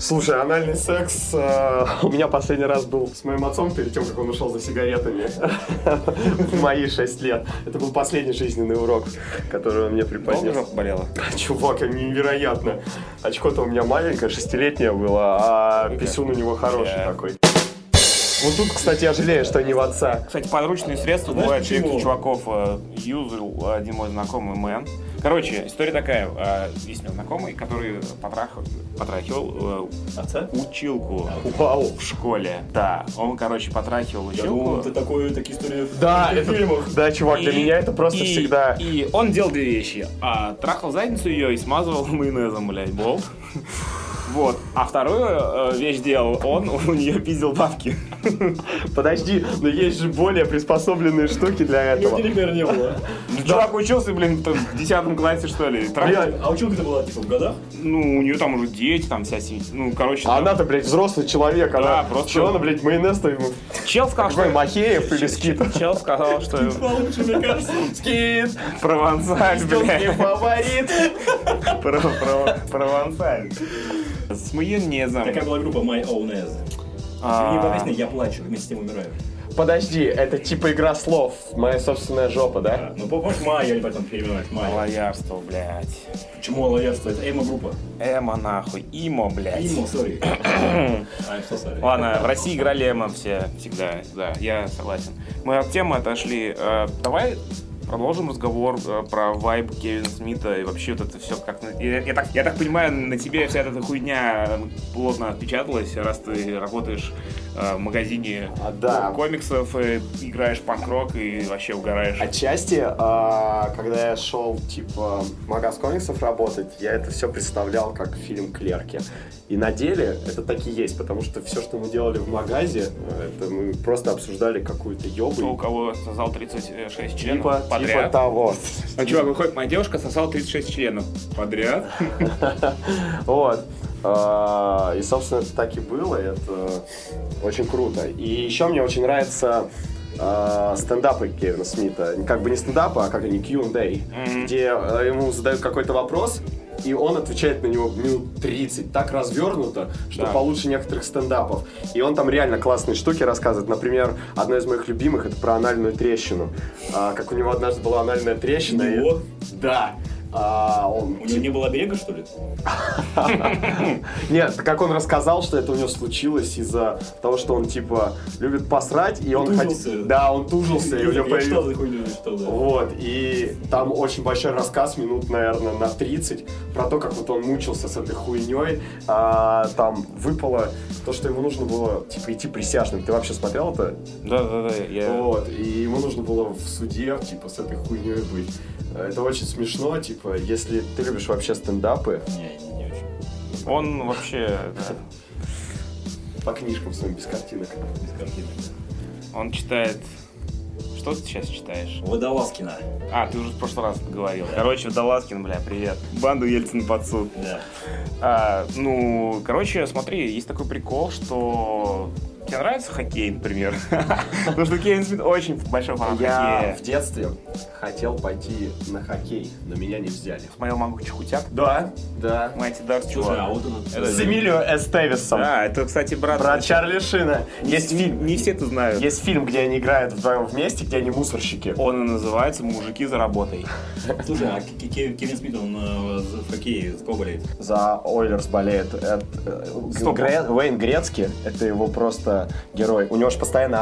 [SPEAKER 3] Слушай, анальный секс э, у меня последний раз был с моим отцом перед тем, как он ушел за сигаретами в мои 6 лет. Это был последний жизненный урок, который он мне
[SPEAKER 1] Долго
[SPEAKER 3] преподнес.
[SPEAKER 1] жопа болела?
[SPEAKER 3] Чувак, это невероятно. Очко-то у меня маленькое, шестилетнее было, а писюн у него хороший
[SPEAKER 1] Да.
[SPEAKER 3] такой. Вот тут, кстати, я жалею, что не в отца.
[SPEAKER 1] Кстати, подручные средства
[SPEAKER 2] Знаешь,
[SPEAKER 1] бывают
[SPEAKER 2] почему?
[SPEAKER 1] у чуваков. э, Юзал один мой знакомый мэн. Короче, история такая. э, Есть у меня знакомый, который потрах- потрахивал э,
[SPEAKER 2] Отца?
[SPEAKER 1] училку
[SPEAKER 3] Вау.
[SPEAKER 1] в школе. Да, он, короче, потрахивал
[SPEAKER 2] Я думал,
[SPEAKER 1] училку.
[SPEAKER 2] ты такую, такие истории в
[SPEAKER 3] Да, это,
[SPEAKER 2] фильмах.
[SPEAKER 3] да, чувак, для
[SPEAKER 1] И-
[SPEAKER 3] меня это просто
[SPEAKER 1] и-
[SPEAKER 3] всегда...
[SPEAKER 1] И он делал две вещи. А, трахал задницу ее и смазывал майонезом, блядь, болт. Вот. А вторую э, вещь делал он, у нее пиздил бабки.
[SPEAKER 3] Подожди, но есть же более приспособленные штуки для
[SPEAKER 2] У него
[SPEAKER 3] этого.
[SPEAKER 2] телевизора не было.
[SPEAKER 1] Ну, Чувак учился, блин, там, в 10 классе, что ли. Трахал-
[SPEAKER 3] Бля,
[SPEAKER 2] А училка-то была, типа, в годах?
[SPEAKER 1] Ну, у нее там уже дети, там вся семья. Ну, короче,
[SPEAKER 3] А
[SPEAKER 1] там-
[SPEAKER 3] она-то, блядь, взрослый человек, она...
[SPEAKER 1] просто-
[SPEAKER 3] Чего она, блядь, майонез-то ему?
[SPEAKER 1] Чел сказал,
[SPEAKER 3] Какой,
[SPEAKER 1] что...
[SPEAKER 3] Махеев или
[SPEAKER 1] Чел-
[SPEAKER 3] Скит?
[SPEAKER 1] Чел сказал, что
[SPEAKER 2] Получше, мне кажется.
[SPEAKER 3] Скит!
[SPEAKER 1] провансаль,
[SPEAKER 3] не
[SPEAKER 1] блядь.
[SPEAKER 3] фаворит!
[SPEAKER 1] Про- про- Провансаль. С майонезом.
[SPEAKER 2] Такая была группа My Own Ass.
[SPEAKER 1] А.
[SPEAKER 2] Мне песня «Я плачу, вместе с тем умираю».
[SPEAKER 3] Подожди, это типа игра слов. Моя собственная жопа, да?
[SPEAKER 2] Ну, помнишь, Майя, или потом переименовать Майя.
[SPEAKER 1] Лоярство, блядь.
[SPEAKER 2] Почему лояльство? Это эмо-группа.
[SPEAKER 1] Эмо нахуй. Имо, блядь.
[SPEAKER 2] Имо, сори. I'm so sorry.
[SPEAKER 1] Ладно, в России играли эмо все всегда, да, я согласен. Мы от темы отошли. Э, Давай продолжим разговор э, про вайб Кевина Смита и вообще вот это все как... на- Я, я так, я так понимаю, на тебе вся эта хуйня э, плотно отпечаталась, раз ты работаешь э, в магазине
[SPEAKER 3] А, да.
[SPEAKER 1] комиксов, и играешь панк-рок и вообще угораешь.
[SPEAKER 3] Отчасти, а, когда я шел, типа, в магаз комиксов работать, я это все представлял как фильм «Клерки». И на деле это так и есть, потому что все, что мы делали в магазе, э, это мы просто обсуждали какую-то
[SPEAKER 1] Кто у
[SPEAKER 3] ёбу.
[SPEAKER 1] кого сосал 36
[SPEAKER 3] и
[SPEAKER 1] членов
[SPEAKER 3] Типа, типа
[SPEAKER 1] подряд.
[SPEAKER 3] того.
[SPEAKER 1] Ну, чувак, выходит, моя девушка сосала 36 членов подряд.
[SPEAKER 3] Вот. А, И, собственно, это так и было. и Это очень круто. И еще мне очень нравятся а, стендапы Кевина Смита. Как бы не стендапы, а как они Q&A,
[SPEAKER 1] Мгм.
[SPEAKER 3] где а, ему задают какой-то вопрос, и он отвечает на него минут 30, так развернуто, что
[SPEAKER 1] Да.
[SPEAKER 3] получше некоторых стендапов. И он там реально классные штуки рассказывает. Например, одна из моих любимых это про анальную трещину. А, как у него однажды была анальная трещина.
[SPEAKER 1] Ну
[SPEAKER 3] и-
[SPEAKER 2] Него?
[SPEAKER 3] Да. А, он
[SPEAKER 2] У него не было берега, что ли?
[SPEAKER 3] нет, как он рассказал, что это у него случилось из-за того, что он типа любит посрать, и он
[SPEAKER 2] Тужился.
[SPEAKER 3] хот- Да, он тужился, и у
[SPEAKER 2] Я
[SPEAKER 3] него
[SPEAKER 2] читал
[SPEAKER 3] появился.
[SPEAKER 2] за хуйню, читал, да.
[SPEAKER 3] Вот, и там очень большой рассказ, минут, наверное, на 30, про то, как вот он мучился с этой хуйней, а, там выпало то, что ему нужно было, типа, идти присяжным. Ты вообще смотрел это?
[SPEAKER 1] Да-да-да, я...
[SPEAKER 3] Вот, и ему нужно было в суде, типа, с этой хуйней быть. Это очень смешно, типа, если ты любишь вообще стендапы,
[SPEAKER 2] Не, не, не очень.
[SPEAKER 1] Он вообще, да,
[SPEAKER 3] по книжкам своим без картинок.
[SPEAKER 2] Без картинок.
[SPEAKER 1] он читает... Что ты сейчас читаешь?
[SPEAKER 2] Водолазкина.
[SPEAKER 1] А, ты уже в прошлый раз говорил. Короче, Водолазкин, бля, привет. Банду Ельцин под суд.
[SPEAKER 2] Да.
[SPEAKER 1] А, ну, короче, смотри, есть такой прикол, что... Тебе нравится хоккей, например? Потому что Кевин Смит очень большой фанат
[SPEAKER 3] Я
[SPEAKER 1] хоккея.
[SPEAKER 3] в детстве хотел пойти на хоккей, но меня не взяли.
[SPEAKER 1] Смотрел маму Чехутяк.
[SPEAKER 3] Да, да.
[SPEAKER 1] Mighty Ducks,
[SPEAKER 2] Слушай, а
[SPEAKER 1] чувак.
[SPEAKER 2] вот он...
[SPEAKER 1] Это-
[SPEAKER 3] С Эмилио Эстевисом.
[SPEAKER 1] Да, это, кстати, брат...
[SPEAKER 3] Про Чарли Шина. Есть
[SPEAKER 1] Не-
[SPEAKER 3] фильм,
[SPEAKER 1] Не все это знают.
[SPEAKER 3] есть фильм, где они играют вдвоем вместе, где они мусорщики.
[SPEAKER 1] Он и называется «Мужики за работой».
[SPEAKER 2] Слушай, а Ке- Ке- Кевин Смит, он э, за- в хоккее за кого болеет?
[SPEAKER 3] За Ойлерс болеет э, э,
[SPEAKER 1] Стоп.
[SPEAKER 3] Гре- Уэйн Грецкий. Это его просто герой. У него же постоянно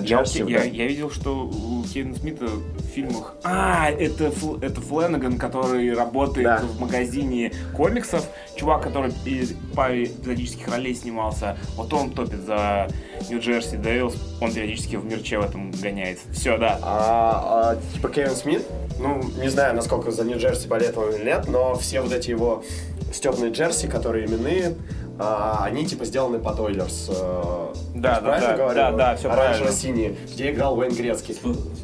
[SPEAKER 1] Я,
[SPEAKER 3] джерси.
[SPEAKER 1] я- я видел, что у Кевина Смита в фильмах... А, это, Фл- это Фленаган, который работает
[SPEAKER 3] Да.
[SPEAKER 1] в магазине комиксов. Чувак, который пе- по эпизодических ролей снимался. Вот он топит за Нью-Джерси Дэвилс. Он периодически в мерче в этом гоняется. Все, да.
[SPEAKER 3] А, а, типа Кевин Смит, ну, не знаю, насколько за Нью-Джерси болеет он или нет, но все вот эти его степные джерси, которые именные, а, они типа сделаны под Ойлерс. э,
[SPEAKER 1] Да, да,
[SPEAKER 3] правильно
[SPEAKER 1] да,
[SPEAKER 3] говорю?
[SPEAKER 1] да, да, всё
[SPEAKER 3] синие где играл Уэйн Грецкий.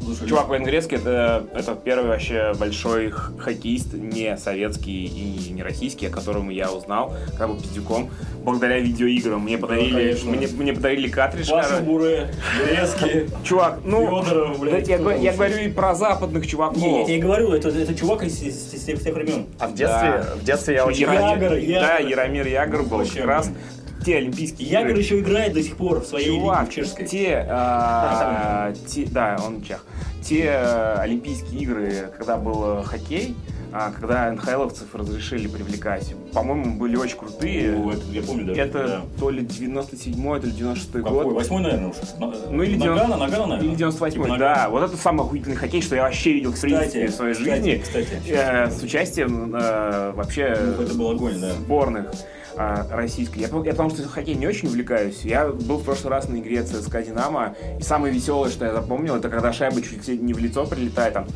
[SPEAKER 2] Слушай,
[SPEAKER 1] Чувак Вейн Грецкий это, это первый вообще большой х- хоккеист, не советский и не российский, о котором я узнал, как бы пиздюком, благодаря видеоиграм. Мне подарили,
[SPEAKER 2] конечно.
[SPEAKER 1] мне, мне подарили картридж.
[SPEAKER 2] Паша
[SPEAKER 1] короче.
[SPEAKER 2] Буре, Грецкий.
[SPEAKER 1] Чувак, ну,
[SPEAKER 2] Фёдоров, блядь,
[SPEAKER 1] я,
[SPEAKER 2] кто
[SPEAKER 1] го-
[SPEAKER 2] там
[SPEAKER 1] я
[SPEAKER 2] еще?
[SPEAKER 1] говорю и про западных чуваков.
[SPEAKER 2] Не, я тебе и говорю, это, это чувак из, из- из тех, тех времен.
[SPEAKER 3] А в детстве,
[SPEAKER 1] Да.
[SPEAKER 3] в детстве я очень...
[SPEAKER 2] Ягор,
[SPEAKER 1] Яра-
[SPEAKER 2] Ягор,
[SPEAKER 1] Да,
[SPEAKER 2] Ягор.
[SPEAKER 1] Яромир Ягор был
[SPEAKER 2] Вообще,
[SPEAKER 1] как раз.
[SPEAKER 2] блин.
[SPEAKER 1] Те олимпийские
[SPEAKER 2] Ягор
[SPEAKER 1] игры.
[SPEAKER 2] еще играет до сих пор в своей
[SPEAKER 1] Чувак,
[SPEAKER 2] лиге чешской.
[SPEAKER 1] те, а, те- да, он чех. Те э, Олимпийские игры, когда был э, хоккей, а, когда НХЛовцев разрешили привлекать, по-моему, были очень крутые.
[SPEAKER 2] О, Ну, это я помню даже.
[SPEAKER 1] Это
[SPEAKER 2] да.
[SPEAKER 1] то ли 97-й, то ли 96-й
[SPEAKER 2] Какой?
[SPEAKER 1] год.
[SPEAKER 2] Восьмой, наверное, уж.
[SPEAKER 1] Ну, или
[SPEAKER 2] Нагана,
[SPEAKER 1] девяносто-
[SPEAKER 2] Нагана, наверное.
[SPEAKER 1] Или 98-й,
[SPEAKER 2] Типа
[SPEAKER 1] да.
[SPEAKER 2] Нагана.
[SPEAKER 1] Вот это самый охуительный хоккей, что я вообще видел в принципе в своей
[SPEAKER 2] кстати,
[SPEAKER 1] жизни.
[SPEAKER 2] Кстати,
[SPEAKER 1] Э, с участием э, вообще
[SPEAKER 2] Ну, это был огонь, да.
[SPEAKER 1] сборных а, российской. Я, по- я потому что в хоккей не очень увлекаюсь. Я был в прошлый раз на игре ЦСКА «Динамо», и самое веселое, что я запомнил, это когда шайба чуть ли не в лицо прилетает, там,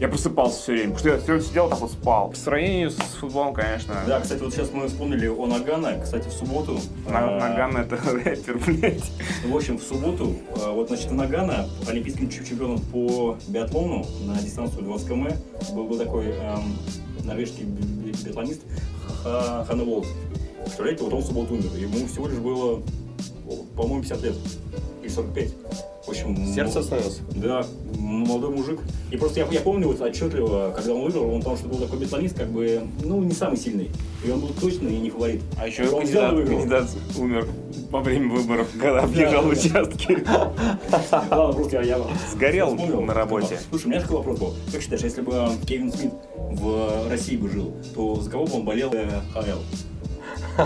[SPEAKER 1] я просыпался все время, потому что я все сидел, так вот спал. По сравнению с футболом, конечно,
[SPEAKER 2] Да, кстати, вот сейчас мы вспомнили о Нагана. Кстати, в субботу.
[SPEAKER 1] На-
[SPEAKER 2] э,
[SPEAKER 1] Наган это рэпер, блядь.
[SPEAKER 2] В общем, в субботу, э, вот, значит, Нагана, олимпийским чемп- чемпионом по биатлону на дистанцию 20 км, был, был такой эм, норвежский би- би- биатлонист Ха- Ханне Волт. Представляете, вот он в субботу умер. Ему всего лишь было, о, по-моему, 50 лет. Или 45. В общем, м,
[SPEAKER 3] Сердце остановилось.
[SPEAKER 2] да, м, молодой мужик. И просто я, я помню вот отчетливо, когда он выиграл, он потому что был такой биатлонист, как бы, ну, не самый сильный. И он был точно и не фаворит.
[SPEAKER 1] А еще
[SPEAKER 2] Он взял и
[SPEAKER 1] кандидат,
[SPEAKER 2] выиграл.
[SPEAKER 1] кандидат умер во время выборов, когда объезжал
[SPEAKER 2] да, да.
[SPEAKER 1] участки.
[SPEAKER 2] Ладно, просто я, я
[SPEAKER 1] Сгорел
[SPEAKER 2] вспомнил.
[SPEAKER 1] на работе.
[SPEAKER 2] Слушай, у меня такой вопрос был. Как считаешь, если бы э, Кевин Смит в э, России бы жил, то за кого бы он болел э, ХЛ?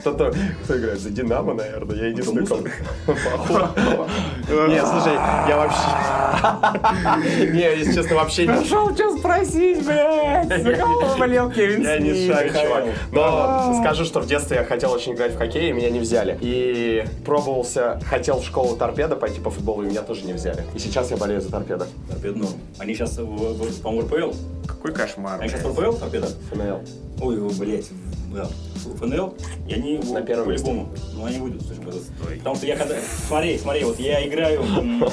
[SPEAKER 3] Кто-то, кто играет за Динамо, наверное, я единственный
[SPEAKER 2] Мусор?
[SPEAKER 3] ком. Не, слушай, я вообще... Не, если честно, вообще не...
[SPEAKER 1] Пришел час спросить, блядь, за кого болел Кевин
[SPEAKER 3] Я не
[SPEAKER 1] Смит?
[SPEAKER 3] шарю,
[SPEAKER 2] Михаил.
[SPEAKER 3] чувак. Но скажу, что в детстве я хотел очень играть в хоккей, и меня не взяли. И пробовался, хотел в школу торпеда пойти по футболу, и меня тоже не взяли. И сейчас я болею за торпеда.
[SPEAKER 2] Торпед норм. Они сейчас, по-моему, РПЛ.
[SPEAKER 1] Какой кошмар.
[SPEAKER 2] Они сейчас в
[SPEAKER 1] блядь.
[SPEAKER 2] РПЛ, торпеда?
[SPEAKER 3] ФНЛ.
[SPEAKER 2] Ой, о, блядь, в- да. в ФНЛ, и они
[SPEAKER 3] На
[SPEAKER 2] вот
[SPEAKER 3] первом месте.
[SPEAKER 2] по-любому. Ну, они выйдут, слушай, просто. Потому что я когда... Смотри, смотри, вот я играю... м,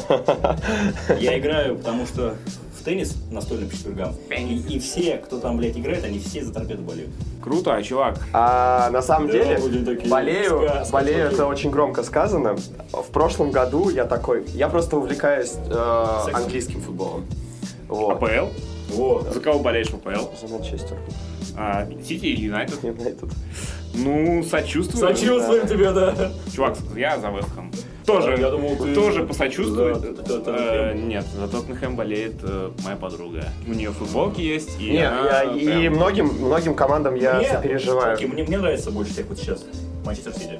[SPEAKER 2] Я играю, потому что в теннис настольный по четвергам. И, и все, кто там, блядь, играет, они все за торпеду болеют.
[SPEAKER 1] Круто, а, чувак.
[SPEAKER 3] А на самом
[SPEAKER 2] Да,
[SPEAKER 3] деле,
[SPEAKER 2] будем такие
[SPEAKER 3] болею,
[SPEAKER 2] сказки
[SPEAKER 3] болею,
[SPEAKER 2] такие.
[SPEAKER 3] это очень громко сказано. В прошлом году я такой, я просто увлекаюсь э,
[SPEAKER 2] Сексом?
[SPEAKER 3] английским футболом. Вот.
[SPEAKER 1] АПЛ?
[SPEAKER 2] Вот.
[SPEAKER 1] За кого болеешь в АПЛ?
[SPEAKER 3] За Манчестер.
[SPEAKER 1] А, Сити или Юнайтед?
[SPEAKER 3] Юнайтед.
[SPEAKER 1] Ну, сочувствую.
[SPEAKER 2] Сочувствуем тебе, да.
[SPEAKER 1] Чувак, я за Вест Хэм. Тоже,
[SPEAKER 2] Я думал, ты-
[SPEAKER 1] тоже посочувствую.
[SPEAKER 2] За Тот- Тоттенхэм.
[SPEAKER 1] Э, нет, за Тоттенхэм болеет э, моя подруга. У нее футболки есть, и
[SPEAKER 3] Не,
[SPEAKER 1] она
[SPEAKER 3] я- и
[SPEAKER 1] а, прям-
[SPEAKER 3] многим, многим командам я
[SPEAKER 2] Мне-
[SPEAKER 3] сопереживаю.
[SPEAKER 2] Окей, мне, мне нравится больше всех вот сейчас. Манчестер Сити.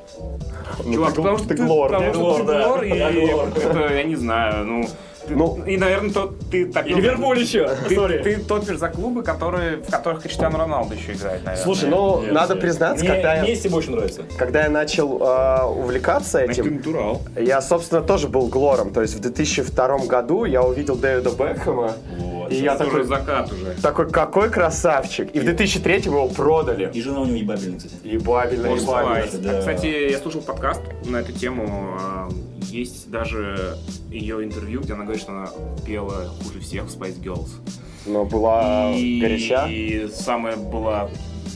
[SPEAKER 3] Ну,
[SPEAKER 1] Чувак,
[SPEAKER 3] ты-
[SPEAKER 1] потому что
[SPEAKER 3] ты
[SPEAKER 1] ты
[SPEAKER 3] глор,
[SPEAKER 1] потому
[SPEAKER 3] не?
[SPEAKER 1] что ты
[SPEAKER 2] Глор, да.
[SPEAKER 1] глор, и
[SPEAKER 2] Я глор.
[SPEAKER 1] это, я не знаю, ну... ты-
[SPEAKER 3] Ну.
[SPEAKER 1] и, наверное, то, ты топил...
[SPEAKER 2] еще.
[SPEAKER 1] Ты, ты топишь за клубы, которые, в которых Криштиану Роналду еще играет, наверное.
[SPEAKER 3] Слушай, ну, надо признаться, когда я...
[SPEAKER 2] Месси больше нравится.
[SPEAKER 3] Когда я начал э, увлекаться
[SPEAKER 1] Значит, ты
[SPEAKER 3] этим,
[SPEAKER 1] натурал.
[SPEAKER 3] я, собственно, тоже был глором. То есть в 2002 году я увидел Дэвида Бекхэма,
[SPEAKER 2] Вот.
[SPEAKER 3] и я
[SPEAKER 1] Это уже
[SPEAKER 3] такой,
[SPEAKER 1] закат уже.
[SPEAKER 3] такой, какой красавчик. И в 2003 его продали.
[SPEAKER 2] И жена у него ебабельная, кстати.
[SPEAKER 3] Ебабельно,
[SPEAKER 1] Вот
[SPEAKER 3] ебабельно.
[SPEAKER 1] бывает.
[SPEAKER 2] да.
[SPEAKER 1] Кстати, я слушал подкаст на эту тему. а, Есть даже ее интервью, где она говорит, что она пела хуже всех в Spice Girls.
[SPEAKER 3] Но
[SPEAKER 2] А,
[SPEAKER 3] была
[SPEAKER 1] и,
[SPEAKER 3] горяча.
[SPEAKER 1] И самая была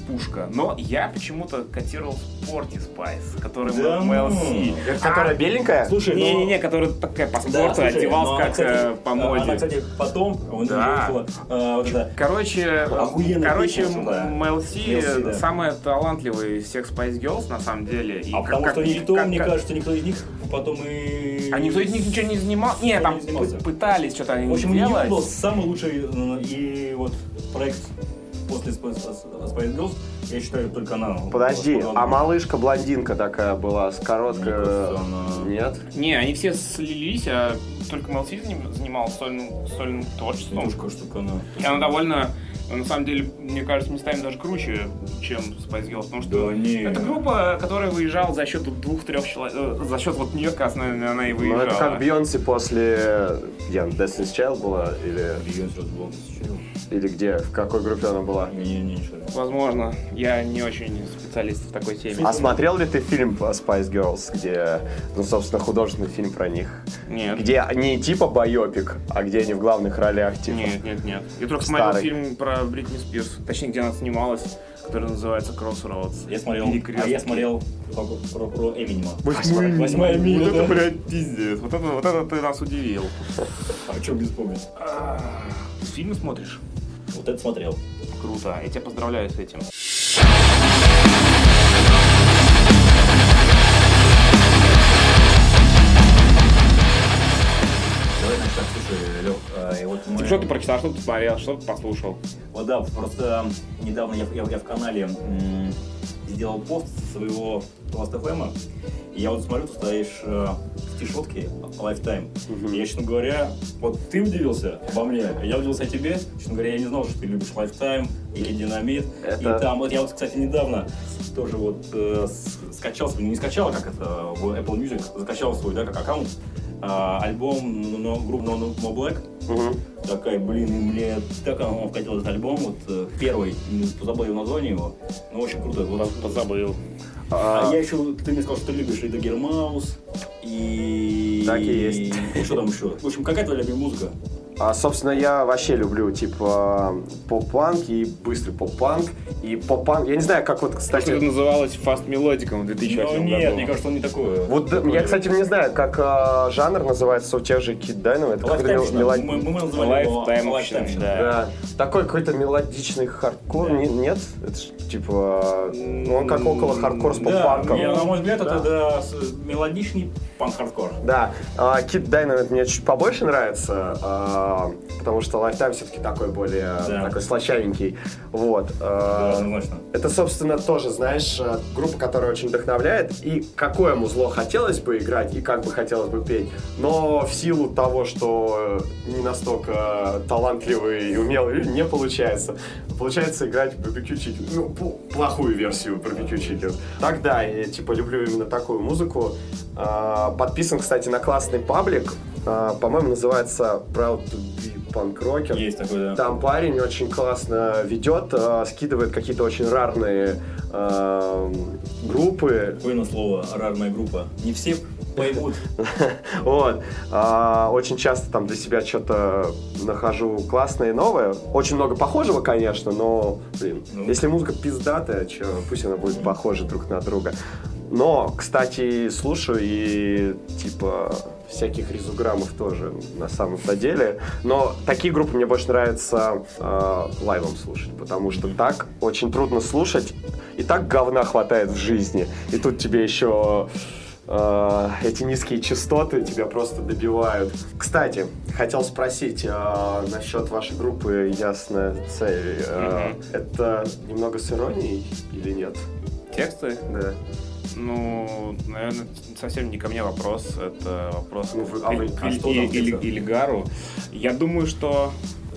[SPEAKER 1] пушка. Но я почему-то котировал Sporty Spice, который
[SPEAKER 2] Да
[SPEAKER 1] был
[SPEAKER 2] ну.
[SPEAKER 1] MLC.
[SPEAKER 3] Которая беленькая?
[SPEAKER 2] Слушай, ну-
[SPEAKER 1] А, Не-не-не, который такая по спорту
[SPEAKER 2] Да, слушай,
[SPEAKER 1] одевался
[SPEAKER 2] но она,
[SPEAKER 1] как
[SPEAKER 2] кстати,
[SPEAKER 1] э, по
[SPEAKER 2] она,
[SPEAKER 1] моде.
[SPEAKER 2] кстати, потом он
[SPEAKER 1] Да.
[SPEAKER 2] вышла, э, вот это,
[SPEAKER 1] Короче,
[SPEAKER 2] Охуенная
[SPEAKER 1] короче,
[SPEAKER 2] песня, да.
[SPEAKER 1] Мэл Си
[SPEAKER 2] Мэл Си, да.
[SPEAKER 1] самая талантливая из всех Spice Girls, на самом деле. И
[SPEAKER 2] А
[SPEAKER 1] как-
[SPEAKER 2] потому
[SPEAKER 1] как-
[SPEAKER 2] что никто,
[SPEAKER 1] как-
[SPEAKER 2] мне
[SPEAKER 1] как-
[SPEAKER 2] кажется, никто из них потом и...
[SPEAKER 1] А никто из них ничего не занимал?
[SPEAKER 2] Никто
[SPEAKER 1] Не,
[SPEAKER 2] не
[SPEAKER 1] там
[SPEAKER 2] занимался.
[SPEAKER 1] пы- пытались что-то они
[SPEAKER 2] В общем, у
[SPEAKER 1] не
[SPEAKER 2] нее был
[SPEAKER 1] делать.
[SPEAKER 2] самый лучший э, и вот проект после Spice Spice Girls, я считаю, только она.
[SPEAKER 3] Подожди,
[SPEAKER 2] Она
[SPEAKER 3] а
[SPEAKER 2] была-
[SPEAKER 3] малышка-блондинка такая была, с короткой...
[SPEAKER 2] Мне кажется, она-
[SPEAKER 3] Нет?
[SPEAKER 1] Не, они все слились, а только Мэл Си заним- занималась сольным, сольным творчеством.
[SPEAKER 2] Девушка, чтобы она...
[SPEAKER 1] И она довольно, на самом деле, мне кажется, местами даже круче, чем Spice Girls, потому что
[SPEAKER 2] Да не.
[SPEAKER 1] это группа, которая выезжала за счет двух-трех человек, э, за счет вот нее, как раз, наверное, она и
[SPEAKER 3] Ну,
[SPEAKER 1] выезжала.
[SPEAKER 3] это как Бейонсе после... Я, Destiny's Child была или...
[SPEAKER 2] Бейонсе разбил.
[SPEAKER 3] Или где? В какой группе она была?
[SPEAKER 2] А, Не, не, ничего.
[SPEAKER 1] Возможно, я не очень специалист в такой теме.
[SPEAKER 3] А смотрел ли ты фильм э, Spice Girls, где, ну, собственно, художественный фильм про них?
[SPEAKER 1] Нет.
[SPEAKER 3] Где они типа байопик, а где они в главных ролях, типа?
[SPEAKER 1] Нет, нет, нет. Я только смотрел
[SPEAKER 3] Старый.
[SPEAKER 1] фильм про Бритни Спирс, точнее, где она снималась, который называется Crossroads.
[SPEAKER 2] Я смотрел,
[SPEAKER 1] Перекрестки.
[SPEAKER 2] а я смотрел про, про- про Эминема.
[SPEAKER 3] Восьмой миль.
[SPEAKER 2] Восьмая миля,
[SPEAKER 1] Вот это,
[SPEAKER 2] да.
[SPEAKER 1] блядь, пиздец. Вот это, вот это ты нас удивил.
[SPEAKER 2] А чем не вспомнить?
[SPEAKER 1] А, Ты фильмы смотришь?
[SPEAKER 2] Вот это смотрел.
[SPEAKER 1] Круто. Я тебя поздравляю с этим.
[SPEAKER 2] Давай, значит, так, слушай, Лёх, а, и вот мы...
[SPEAKER 1] Что ты прочитал, что ты смотрел, что ты послушал?
[SPEAKER 2] Вот да, просто м, недавно я, я- я в канале м, сделал пост со своего Last.fm, и я вот смотрю, ты стоишь э, в тишотке Lifetime. И я, честно говоря, вот ты удивился обо мне, а я удивился о тебе. Честно говоря, я не знал, что ты любишь Lifetime или Динамит.
[SPEAKER 3] Это-
[SPEAKER 2] И там, вот я вот, кстати, недавно тоже вот э, с- скачал, свой- не скачал, а как это, в Apple Music, закачал свой, да, как аккаунт, а, альбом но, группы No, No- No Black,
[SPEAKER 3] Мгм.
[SPEAKER 2] такая, блин, и мне так он вкатил этот альбом, вот э, первый, м, забыл его название его, но очень круто. Вот.
[SPEAKER 1] Позабыл.
[SPEAKER 2] А
[SPEAKER 3] А,
[SPEAKER 2] я еще, ты мне сказал, что ты любишь и Дагер Маус, и...
[SPEAKER 3] Так и есть.
[SPEAKER 2] И что там еще? В общем, какая твоя любимая музыка?
[SPEAKER 3] а, собственно, я вообще люблю, типа, поп-панк и быстрый поп-панк. И поп-панк, я не знаю, как вот,
[SPEAKER 1] Так это
[SPEAKER 3] кстати...
[SPEAKER 1] называлось фаст мелодиком в 2008
[SPEAKER 2] Ну,
[SPEAKER 1] году.
[SPEAKER 2] нет, мне кажется, он не э, такое.
[SPEAKER 3] Вот да,
[SPEAKER 2] Такое.
[SPEAKER 3] я, кстати, не знаю, как а, жанр называется у тех же Kid Dynamo. Это какой-то
[SPEAKER 2] Lifetime,
[SPEAKER 3] мел-
[SPEAKER 2] что ли?
[SPEAKER 3] мело-
[SPEAKER 2] мы, мы называли его
[SPEAKER 1] Lifetime,
[SPEAKER 2] Lifetime,
[SPEAKER 1] общем,
[SPEAKER 2] что ли?
[SPEAKER 1] да.
[SPEAKER 3] Да. Такой какой-то мелодичный хардкор,
[SPEAKER 2] Да.
[SPEAKER 3] не- нет? Это ж, типа, ну, он как около хардкор с
[SPEAKER 2] Да,
[SPEAKER 3] поп-панком.
[SPEAKER 2] мне, на мой взгляд,
[SPEAKER 3] Да. А.
[SPEAKER 2] это да, с- мелодичный панк-хардкор.
[SPEAKER 3] Да, Кит Dynamite мне чуть побольше нравится, а, потому что Lifetime все-таки такой более
[SPEAKER 2] Да.
[SPEAKER 3] такой слащавенький. Вот.
[SPEAKER 2] Да,
[SPEAKER 3] а,
[SPEAKER 2] однозначно.
[SPEAKER 3] это, собственно, тоже, знаешь, э, группа, которая очень вдохновляет, и какое музло хотелось бы играть, и как бы хотелось бы петь, но в силу того, что э, не настолько э, талантливые и умелые люди, не получается. Получается играть барбекю чикен, ну, пл- плохую версию барбекю чикен. Так, да, я, типа, люблю именно такую музыку. А, Подписан, кстати, на классный паблик, А, по-моему, называется Proud to be Punk Rocker.
[SPEAKER 2] Есть такой, да.
[SPEAKER 3] Там парень очень классно ведет, э, скидывает какие-то очень рарные эм, группы.
[SPEAKER 2] Понял слово «рарная группа». Не все поймут.
[SPEAKER 3] Вот. А, Очень часто там для себя что-то нахожу классное и новое. Очень много похожего, конечно, но, блин,
[SPEAKER 2] Ну.
[SPEAKER 3] если музыка пиздатая, чё, пусть она будет похожа друг на друга. Но, кстати, слушаю и, типа, всяких резуграммов тоже на самом-то деле. Но такие группы мне больше нравится э, лайвом слушать, потому что так очень трудно слушать, и так говна хватает в жизни. И тут тебе еще э, эти низкие частоты тебя просто добивают. Кстати, хотел спросить э, насчет вашей группы «Ясная цель». Э,
[SPEAKER 1] Мгм.
[SPEAKER 3] Это немного с иронией или нет?
[SPEAKER 1] Тексты?
[SPEAKER 3] Да.
[SPEAKER 1] Ну, наверное, совсем не ко мне вопрос. Это вопрос
[SPEAKER 3] Ну, вы-
[SPEAKER 1] к-
[SPEAKER 3] а вы-
[SPEAKER 1] к-
[SPEAKER 2] а что
[SPEAKER 1] и-
[SPEAKER 2] там
[SPEAKER 1] или-
[SPEAKER 2] пишется?
[SPEAKER 1] Ильгару. Я думаю, что...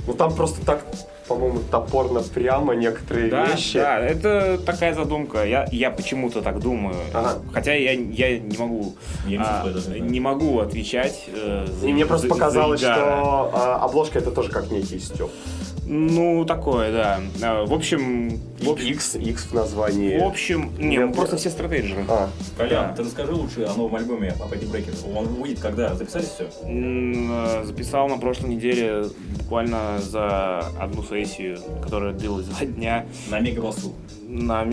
[SPEAKER 3] Ну там просто так, по-моему, топорно прямо некоторые
[SPEAKER 1] да,
[SPEAKER 3] вещи.
[SPEAKER 1] да, это такая задумка. Я, я почему-то так думаю.
[SPEAKER 3] Ага.
[SPEAKER 1] Хотя я, я не могу...
[SPEAKER 2] Я не
[SPEAKER 1] а,
[SPEAKER 2] знаю, даже не знаю.
[SPEAKER 1] не могу отвечать э, за-
[SPEAKER 3] И мне просто
[SPEAKER 1] за- за
[SPEAKER 3] показалось,
[SPEAKER 1] Ильгара.
[SPEAKER 3] что а, обложка это тоже как некий стёб.
[SPEAKER 1] Ну, такое, да. А, В общем... В общем,
[SPEAKER 3] X, X в названии.
[SPEAKER 1] в общем не,
[SPEAKER 3] Нет,
[SPEAKER 1] мы просто все стратегии.
[SPEAKER 3] А,
[SPEAKER 2] Колян,
[SPEAKER 1] Да.
[SPEAKER 2] ты расскажи лучше о новом альбоме о Пэти Брекер. Он выйдет когда? Записались все?
[SPEAKER 1] М, э, Записал на прошлой неделе буквально за одну сессию, которая длилась два дня,
[SPEAKER 2] На мегабасу.
[SPEAKER 1] на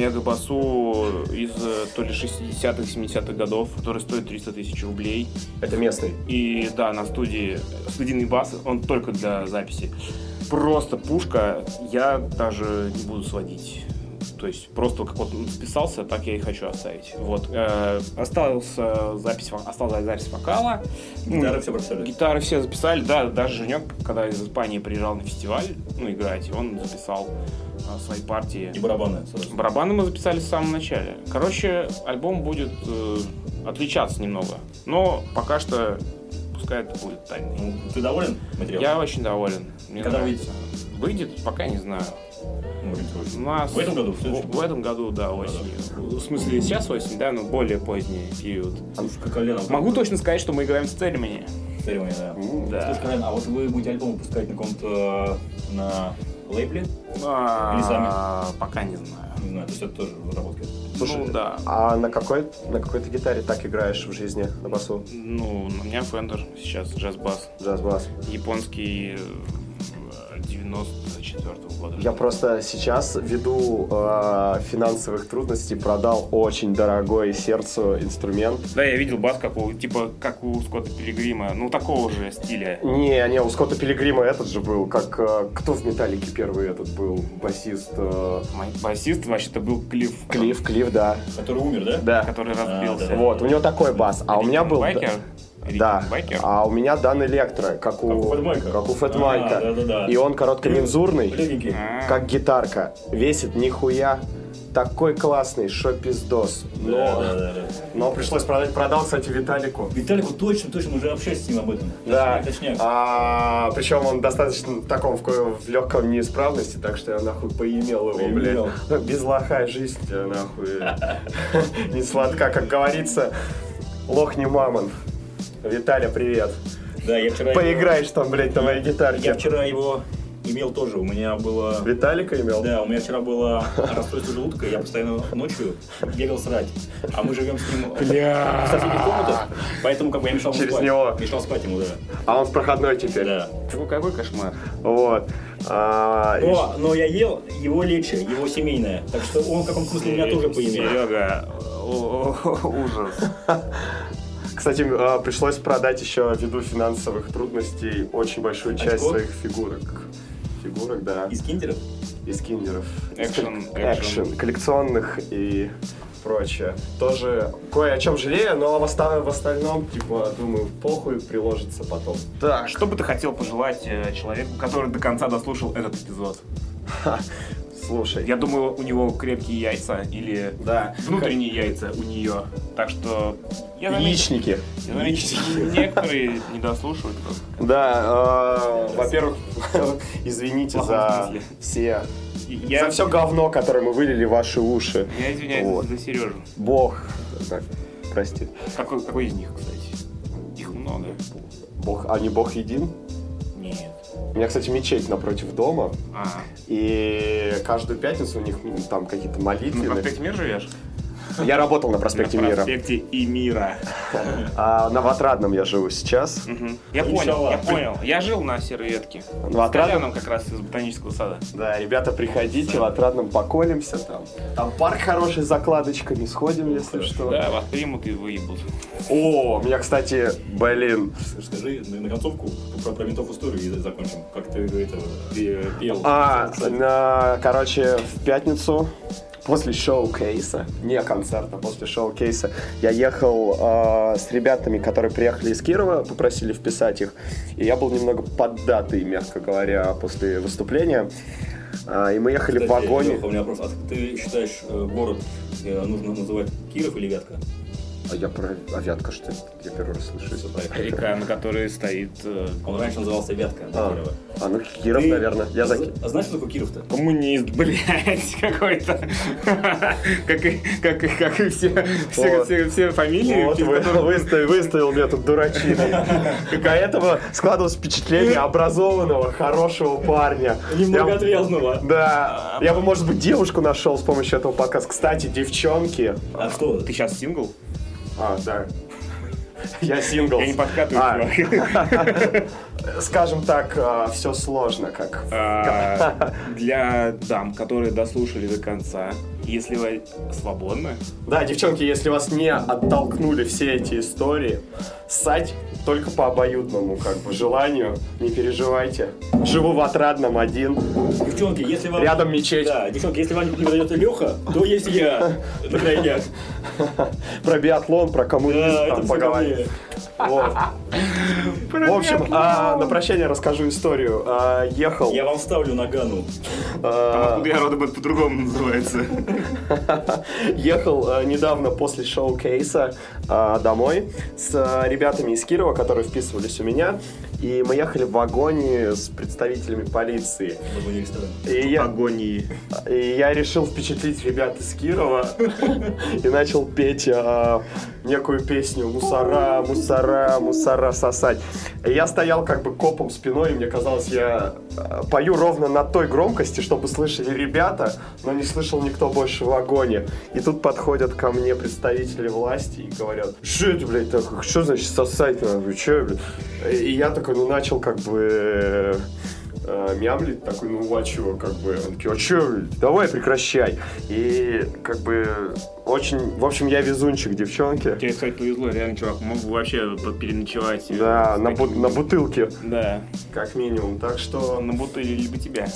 [SPEAKER 1] мегабасу из э, то ли 60-х, 70-х годов, который стоит 300 тысяч рублей.
[SPEAKER 3] это местный.
[SPEAKER 1] И да, на студии студийный бас, он только для записи. Просто пушка, я даже не буду сводить. То есть просто как вот он списался, так я и хочу оставить. Вот. э, остался запись, во- осталась запись вокала.
[SPEAKER 2] Гитары
[SPEAKER 1] М,
[SPEAKER 2] все прописали.
[SPEAKER 1] Гитары все записали, да, даже Женек, когда из Испании приезжал на фестиваль, ну, играть, он записал а, свои партии.
[SPEAKER 2] И барабаны. соответственно.
[SPEAKER 1] Барабаны мы записали в самом начале. Короче, альбом будет э, отличаться немного, но пока что пускай это будет тайной.
[SPEAKER 2] Ну, Ты доволен материалом?
[SPEAKER 1] Я очень доволен. Мне
[SPEAKER 2] Когда
[SPEAKER 1] нравится. Выйдет, пока не знаю.
[SPEAKER 2] Ну, блин,
[SPEAKER 1] У
[SPEAKER 2] слушай.
[SPEAKER 1] нас
[SPEAKER 2] В этом году? В
[SPEAKER 1] в,
[SPEAKER 2] следующем?
[SPEAKER 1] в этом году, да, осенью. В смысле, сейчас осень, да, но более поздний период.
[SPEAKER 2] Слушай, как Колян.
[SPEAKER 1] Могу точно сказать, что мы играем в церемонии.
[SPEAKER 2] Церемония, да.
[SPEAKER 1] Да.
[SPEAKER 2] Слушай, Колян, а вот вы будете альбом выпускать на каком-то... э, на лейбле?
[SPEAKER 1] А,
[SPEAKER 2] Или сами?
[SPEAKER 1] Пока не знаю.
[SPEAKER 2] Не знаю, то есть это тоже разработка.
[SPEAKER 3] Слушай,
[SPEAKER 1] ну да.
[SPEAKER 3] А на какой, на какой ты гитаре так играешь в жизни? На басу?
[SPEAKER 1] Ну, у меня Fender сейчас джаз-бас.
[SPEAKER 3] Джаз-бас.
[SPEAKER 1] Японский э, 94 года.
[SPEAKER 3] Я просто сейчас ввиду э, финансовых трудностей продал очень дорогой сердцу инструмент.
[SPEAKER 1] Да, я видел бас, как у, типа, как у Скотта Пилигрима, ну, такого же стиля.
[SPEAKER 3] Не, не, у Скотта Пилигрима этот же был, как э, кто в Металлике первый этот был басист э,
[SPEAKER 1] Мой басист вообще-то был Клифф. э,
[SPEAKER 3] Клифф, Клифф, да,
[SPEAKER 2] Который умер, да?
[SPEAKER 3] да.
[SPEAKER 1] Который
[SPEAKER 2] А,
[SPEAKER 1] разбился.
[SPEAKER 2] да.
[SPEAKER 3] Вот, у него такой бас, а у меня был,
[SPEAKER 1] Байкер.
[SPEAKER 3] да,
[SPEAKER 1] Байкер.
[SPEAKER 3] а у меня Дан Электро, как
[SPEAKER 2] Как у
[SPEAKER 3] у,
[SPEAKER 2] Фэтмайка.
[SPEAKER 3] как у Фэтмайка.
[SPEAKER 2] А, да-да-да.
[SPEAKER 3] и он короткомензурный.
[SPEAKER 2] Легенький.
[SPEAKER 1] А.
[SPEAKER 3] как гитарка. Весит нихуя. Такой классный, шо пиздос.
[SPEAKER 2] Да,
[SPEAKER 3] Но,
[SPEAKER 2] да, да.
[SPEAKER 3] но пришлось продать. Продал, кстати, Виталику.
[SPEAKER 2] Виталику точно, точно, мы же общались с ним об этом.
[SPEAKER 3] Да.
[SPEAKER 2] Точняк.
[SPEAKER 3] А, причем он достаточно в таком в, ко- в легком неисправности, так что я нахуй поимел его,
[SPEAKER 2] Поимел.
[SPEAKER 3] блядь. Без лоха жизнь э, нахуй. Не сладка, как говорится. Лох не мамон. Виталя, привет.
[SPEAKER 2] Да, я вчера... его-
[SPEAKER 3] Поиграешь там, блядь, на моей
[SPEAKER 2] Я
[SPEAKER 3] гитарке.
[SPEAKER 2] вчера его имел тоже. У меня было...
[SPEAKER 3] Виталика имел?
[SPEAKER 2] Да, у меня вчера было расстройство желудка, я постоянно ночью бегал срать. А мы живем с ним в соседних комнатах, поэтому как бы я мешал ему
[SPEAKER 3] Через
[SPEAKER 2] спать.
[SPEAKER 3] него.
[SPEAKER 2] Мешал спать ему, да.
[SPEAKER 3] А он в проходной теперь.
[SPEAKER 2] Да.
[SPEAKER 1] Какой, какой кошмар.
[SPEAKER 3] Вот. А, и
[SPEAKER 2] Но, но я ел его лечо, его семейное. Так что он в каком смысле меня тоже поимел.
[SPEAKER 1] Серега, о- о- ужас.
[SPEAKER 3] Кстати, э, пришлось продать еще ввиду финансовых трудностей очень большую часть
[SPEAKER 2] Очков?
[SPEAKER 3] своих фигурок. Фигурок, да. Из,
[SPEAKER 2] Из киндеров?
[SPEAKER 3] киндеров. Из
[SPEAKER 1] Экшен,
[SPEAKER 3] коллек-
[SPEAKER 1] экшен.
[SPEAKER 3] экшен, коллекционных и прочее. Тоже кое о чем жалею, но в, оста- в остальном, типа, думаю, похуй приложится потом.
[SPEAKER 1] Так. Что бы ты хотел пожелать э, человеку, который до конца дослушал этот эпизод?
[SPEAKER 3] Слушай.
[SPEAKER 1] Я думаю, у него крепкие яйца или
[SPEAKER 3] Да.
[SPEAKER 1] внутренние яйца у нее. Так что я заметил,
[SPEAKER 3] Яичники.
[SPEAKER 1] я заметил, некоторые не дослушивают. просто.
[SPEAKER 3] Да, э, во-первых, извините
[SPEAKER 1] В
[SPEAKER 3] за
[SPEAKER 1] плохом смысле.
[SPEAKER 3] все,
[SPEAKER 1] И
[SPEAKER 3] за
[SPEAKER 1] Я,
[SPEAKER 3] все говно, которое мы вылили в ваши уши.
[SPEAKER 1] я извиняюсь
[SPEAKER 3] Вот.
[SPEAKER 1] за Сережу.
[SPEAKER 3] Бог. Так, прости.
[SPEAKER 1] Какой, какой из них, кстати? Их много.
[SPEAKER 3] Бог, а не Бог един?
[SPEAKER 1] Нет.
[SPEAKER 3] У меня, кстати, мечеть напротив дома,
[SPEAKER 1] А,
[SPEAKER 3] и каждую пятницу у них м, там какие-то
[SPEAKER 1] ты на
[SPEAKER 3] молитвы.
[SPEAKER 1] проспекте ну, Мира живешь?
[SPEAKER 3] Я работал на проспекте
[SPEAKER 1] на
[SPEAKER 3] Мира.
[SPEAKER 1] проспекте и Мира.
[SPEAKER 3] А на Ватрадном я живу сейчас.
[SPEAKER 1] Мгм. Я понял, я
[SPEAKER 2] Иншаллах.
[SPEAKER 1] понял. Я жил на Серой Ветке. С
[SPEAKER 3] Ну, отрадно.
[SPEAKER 1] Коляном как раз из ботанического сада.
[SPEAKER 3] Да, ребята, приходите, в Отрадном поколемся там. Там парк хороший с закладочками, сходим, если что.
[SPEAKER 1] Да, вас примут и выебут.
[SPEAKER 3] О, у меня, кстати, блин.
[SPEAKER 2] Скажи на на концовку про, про ментов историю и закончим. Как ты это, пе- пел?
[SPEAKER 3] А,
[SPEAKER 2] Кстати,
[SPEAKER 3] на- короче, в пятницу после шоу-кейса, не концерта, после шоу-кейса, я ехал э, с ребятами, которые приехали из Кирова, попросили вписать их, и я был немного поддатый, мягко говоря, после выступления. А, и мы ехали в вагоне.
[SPEAKER 2] Лёха, у меня вопрос. А ты считаешь э, город э, нужно называть Киров или Вятка?
[SPEAKER 3] А я про авиатка, что ли? Я первый раз слышу.
[SPEAKER 2] Всё правильно.
[SPEAKER 1] Река, на которой стоит э,
[SPEAKER 2] Он раньше назывался Вятка, а
[SPEAKER 3] А,
[SPEAKER 2] Кирова.
[SPEAKER 3] а, ну Киров,
[SPEAKER 2] Ты-
[SPEAKER 3] наверное. Я за... Ки-
[SPEAKER 2] А знаешь, что такое Киров-то?
[SPEAKER 1] коммунист, блядь, какой-то. Как и, как, и, как и все, все,
[SPEAKER 3] Вот.
[SPEAKER 1] все, все фамилии.
[SPEAKER 3] Вот,
[SPEAKER 1] через
[SPEAKER 3] вы-
[SPEAKER 1] которые-
[SPEAKER 3] выставил, выставил меня тут дурачиной. До этого складывалось впечатление образованного, хорошего парня.
[SPEAKER 2] Немного
[SPEAKER 3] Я-
[SPEAKER 2] отвязного.
[SPEAKER 3] Да, я бы, может быть, девушку нашел с помощью этого подкаста. Кстати, девчонки.
[SPEAKER 2] А что?
[SPEAKER 1] Ты сейчас сингл?
[SPEAKER 3] А, да. Я сингл.
[SPEAKER 1] Я не подкатываю,
[SPEAKER 3] А.
[SPEAKER 1] чувак.
[SPEAKER 3] Скажем так, все сложно, как...
[SPEAKER 1] А, Для дам, которые дослушали до конца, если вы свободны,
[SPEAKER 3] Да, девчонки, если вас не оттолкнули все эти истории, ссать только по обоюдному, как бы, желанию. Не переживайте. Живу в Отрадном один.
[SPEAKER 2] Девчонки, если вам...
[SPEAKER 3] Рядом мечеть.
[SPEAKER 2] Да, девчонки, если вам не подойдет Леха, то есть я на крайняк.
[SPEAKER 3] Про биатлон, про
[SPEAKER 2] Да,
[SPEAKER 3] коммунизм
[SPEAKER 2] это
[SPEAKER 3] там
[SPEAKER 2] всё
[SPEAKER 3] поговорим. Вот. В общем, а, на прощание расскажу историю. А,
[SPEAKER 2] ко
[SPEAKER 3] Ехал.
[SPEAKER 2] мне. Я вам вставлю нагану.
[SPEAKER 3] а,
[SPEAKER 1] откуда я рода будет по-другому называется.
[SPEAKER 3] Ехал э, недавно после а, шоу-кейса э, домой с э, ребятами из Кирова, которые вписывались у меня. И мы ехали в вагоне с представителями полиции.
[SPEAKER 2] чтобы не арестовали.
[SPEAKER 3] И я,
[SPEAKER 4] агонии.
[SPEAKER 3] и я решил впечатлить ребят из Кирова и начал петь а, некую песню «Мусора, мусора, мусора сосать». И я стоял как бы копом спиной, и мне казалось, я а, пою ровно на той громкости, чтобы слышали ребята, но не слышал никто больше в вагоне. И тут подходят ко мне представители власти и говорят, что это, блядь, так, что значит сосать, вы чё, блядь?» И я такой, ну, начал как бы э, мямлить, такой, ну, а чё, как бы, он такие, а чё, блядь, давай прекращай. И, как бы, очень, в общем, я везунчик, девчонки.
[SPEAKER 1] Тебе, кстати, повезло, реально, чувак, мог бы вообще по- переночевать. э,
[SPEAKER 3] Да,
[SPEAKER 1] с
[SPEAKER 3] на, бу-
[SPEAKER 1] таким-
[SPEAKER 3] на бутылке,
[SPEAKER 1] Да,
[SPEAKER 3] как минимум. Так что,
[SPEAKER 1] на бутыле либо тебя.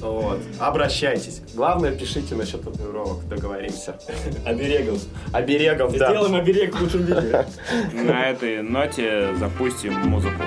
[SPEAKER 3] вот, обращайтесь. Главное, пишите насчет татуировок, договоримся.
[SPEAKER 2] Оберегов.
[SPEAKER 3] Оберегов, да.
[SPEAKER 2] Сделаем оберег в лучшем виде.
[SPEAKER 1] На этой ноте запустим музыку.